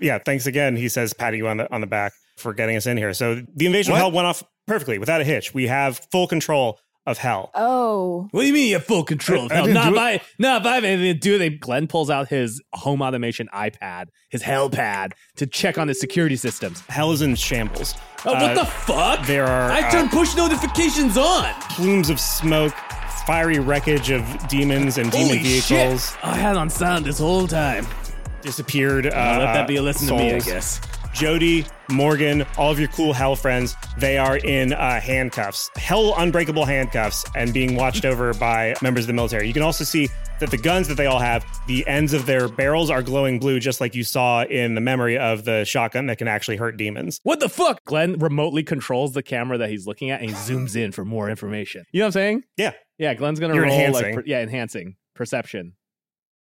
S8: "Yeah, thanks again." He says, patting you on the on the back for getting us in here. So the invasion
S7: What?
S8: of hell went off perfectly without a hitch. We have full control of hell.
S5: Oh,
S1: What do you mean you have full control?
S7: I- I
S1: No,
S7: didn't
S1: not
S7: do it.
S1: by not by anything to do. They Glenn pulls out his home automation iPad, his hell pad, to check on his security systems.
S8: Hell is in shambles.
S1: Oh, what
S8: Uh,
S1: the fuck?
S8: there are,
S1: I turned push notifications on.
S8: plumes of smoke, fiery wreckage of demons and demon
S1: Holy
S8: vehicles
S1: shit! I had on sound this whole time.
S8: disappeared. Uh,
S1: I'll let that be a lesson to me, I
S8: souls.
S1: guess.
S8: Jody, Morgan, all of your cool hell friends, they are in uh, handcuffs, hell unbreakable handcuffs, and being watched over by members of the military. You can also see that the guns that they all have, the ends of their barrels are glowing blue, just like you saw in the memory of the shotgun that can actually hurt demons.
S1: What the fuck? Glenn remotely controls the camera that he's looking at and he zooms in for more information. You know what I'm saying?
S8: Yeah.
S1: Yeah, Glenn's gonna
S8: You're
S1: roll
S8: enhancing.
S1: like per- yeah, enhancing perception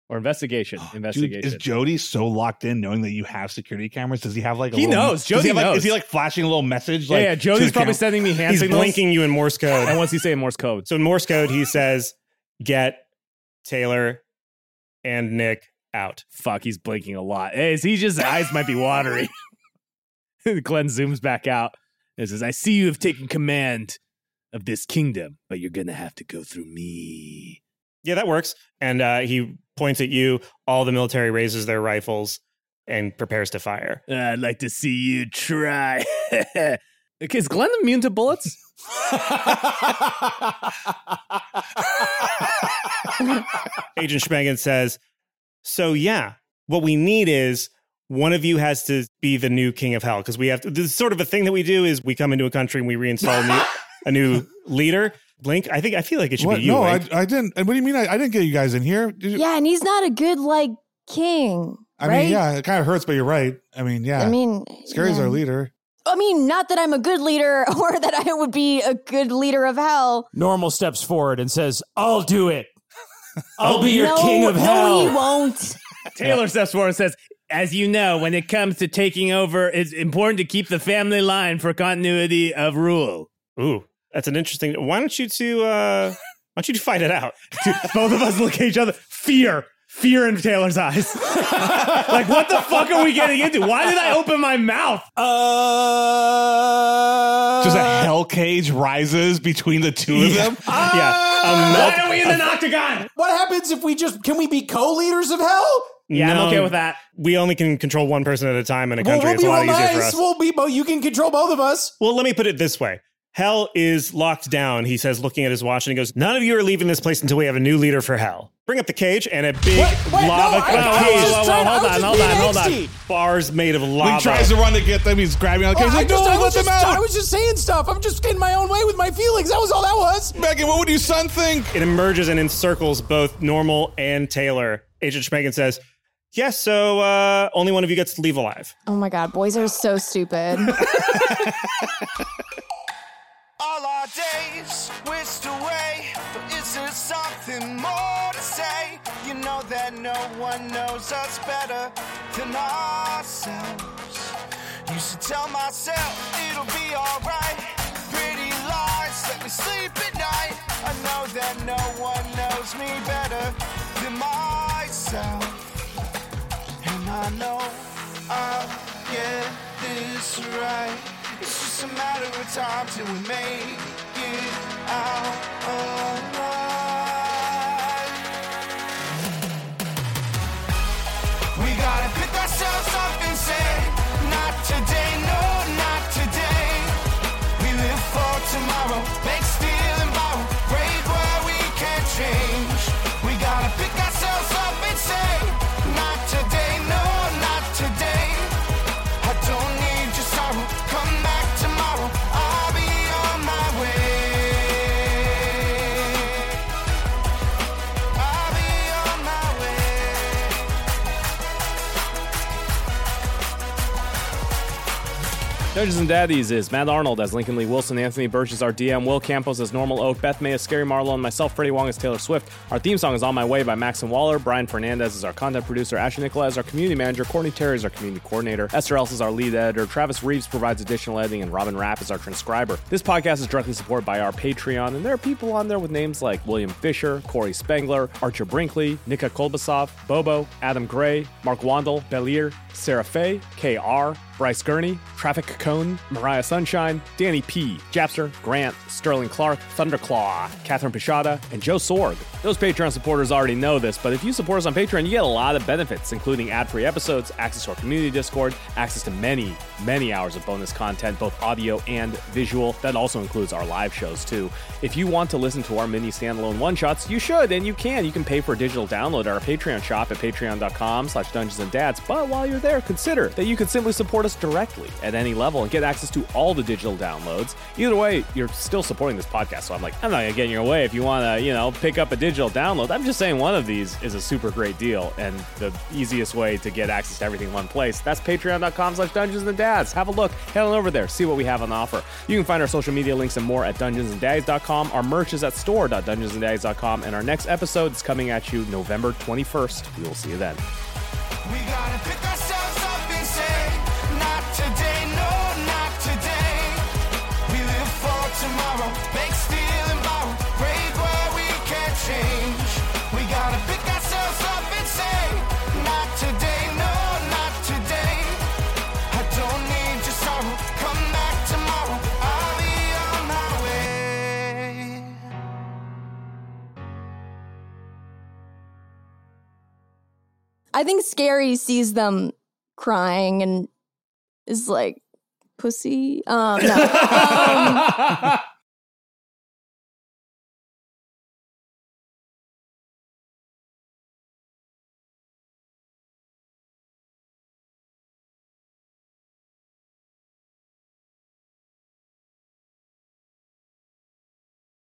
S1: or investigation. investigation.
S7: Dude, is Jody so locked in knowing that you have security cameras? Does he have like a
S1: He
S7: little,
S1: knows.
S7: does he
S1: Jody
S7: have, like-
S1: knows.
S7: Is he like flashing a little message?
S1: yeah,
S7: Like,
S1: yeah,
S7: to
S1: Jody's
S7: the
S1: probably
S7: camera?
S1: sending me hand
S8: He's
S1: signals.
S8: blinking you in Morse code.
S1: And what's he saying? Morse code.
S8: So in Morse code, he says, "Get Taylor and Nick out."
S1: Fuck, he's blinking a lot. Hey, is he just his eyes might be watery. Glenn zooms back out and says, I see you have taken command of this kingdom, but you're gonna have to go through me.
S8: Yeah, that works. And uh, he points at you. All the military raises their rifles and prepares to fire.
S1: I'd like to see you try. Okay, is Glenn immune to bullets?
S8: Agent Schmegan says, "So yeah, what we need is." One of you has to be the new king of hell because we have to. This is sort of a thing that we do is we come into a country and we reinstall a new, a new leader. Link, I think I feel like it should
S7: What?
S8: be you.
S7: no, I,
S8: Link.
S7: I didn't. And what do you mean? I, I didn't get you guys in here. Did you-
S11: Yeah, and he's not a good like king.
S7: I
S11: right?
S7: mean, yeah, it kind of hurts, but you're right. I mean, yeah.
S11: I mean,
S7: Scary's
S11: yeah.
S7: our leader.
S11: I mean, not that I'm a good leader or that I would be a good leader of hell.
S9: Normal steps forward and says, I'll do it. I'll be your
S11: no,
S9: king of
S11: No,
S9: hell.
S11: he won't.
S1: Taylor steps forward and says, as you know, when it comes to taking over, it's important to keep the family line for continuity of rule.
S8: Ooh, that's an interesting. Why don't you two? Uh, why don't you two fight it out?
S1: Dude, both of us look at each other. Fear. Fear in Taylor's eyes. like, what the fuck are we getting into? Why did I open my mouth?
S9: Uh,
S7: Just a hell cage rises between the two of them.
S8: yeah, a
S1: Why
S8: melt,
S1: are we in an octagon?
S9: what happens if we just can we be co-leaders of hell?
S12: Yeah, I'm
S6: No.
S12: okay with that.
S6: We only can control one person at a time in a
S13: Well,
S6: country.
S13: we'll
S6: it's
S13: be
S6: a lot
S13: real
S6: easier for
S13: nice.
S6: us.
S13: We'll be, bo- you can control both of us.
S6: Well, let me put it this way. Hell is locked down, he says, looking at his watch, and he goes, None of you are leaving this place until we have a new leader for hell. Bring up the cage and a big
S13: What? Wait, no,
S6: lava
S13: I- I was
S6: cage.
S13: just trying- I was just being angsty.
S6: Bars made of lava.
S8: He tries to run to get them. He's grabbing on the
S13: Oh,
S8: cage.
S13: I,
S8: Like,
S13: just, I,
S8: no, let
S13: was
S8: them
S13: just, I
S8: out.
S13: was just saying stuff. I'm just getting my own way with my feelings. That was all that was.
S8: Megan, what would your son think?
S6: it emerges and encircles both Normal and Taylor. Agent Schmegan says, Yes, so uh, only one of you gets to leave alive.
S5: Oh my god, boys are so stupid.
S9: All our days whisked away, but is there something more to say? You know that no one knows us better than ourselves. You should tell myself it'll be alright. Pretty lies let me sleep at night. I know that no one knows me better than myself. And I know I'll get this right. It's just a matter of time till we make it out alive. We gotta pick ourselves up and say, not today, no, not today. We live for tomorrow, make, steal, and borrow, break where we can't change. We gotta pick ourselves up and say, not today, no, not today. I don't need your sorrow, come back tomorrow, I'll be on my way. I'll be on my way.
S1: Judges and Daddies is Matt Arnold as Lincoln Lee Wilson, Anthony Burgess as RDM, Will Campos as Normal Oak, Beth May as Scary Marlowe, and myself, Freddie Wong as Taylor Swift. Our theme song is On My Way by Max and Waller. Brian Fernandez is our content producer. Ashley Nicola is our community manager. Courtney Terry is our community coordinator. Esther Els is our lead editor. Travis Reeves provides additional editing, and Robin Rapp is our transcriber. This podcast is directly supported by our Patreon, and there are people on there with names like William Fisher, Corey Spengler, Archer Brinkley, Nika Kolbasov, Bobo, Adam Gray, Mark Wandel, Belier, Sarah Fay, KR, Bryce Gurney, Traffic Cone, Mariah Sunshine, Danny P, Japster, Grant, Sterling Clark, Thunderclaw, Catherine Pichada, and Joe Sorg. Those Patreon supporters already know this, but if you support us on Patreon, you get a lot of benefits, including ad-free episodes, access to our community Discord, access to many, many hours of bonus content, both audio and visual. That also includes our live shows too. If you want to listen to our mini standalone one-shots, you should and you can. You can pay for a digital download at our Patreon shop at patreon.com slash dungeons and dads. But while you're there, consider that you could simply support us directly at any level and get access to all the digital downloads. Either way, you're still supporting this podcast. So I'm like, I'm not gonna get in your way if you wanna, you know, pick up a digital download. I'm just saying one of these is a super great deal and the easiest way to get access to everything in one place. That's patreon.com slash dungeons and dads. Have a look, head on over there, see what we have on offer. You can find our social media links and more at dungeonsanddaddies.com. Our merch is at store.dungeonsanddaddies.com, and our next episode is coming at you November 21st. We will see you then.
S9: We gotta pick ourselves up and say, not today, no, not today. We live for tomorrow, make, steal, and borrow, brave where we can't change. We gotta pick ourselves up and say, not today, no, not today. I don't need your sorrow, come back tomorrow, I'll be on my way.
S5: I think Scary sees them crying and is like, pussy. Um, no. Um,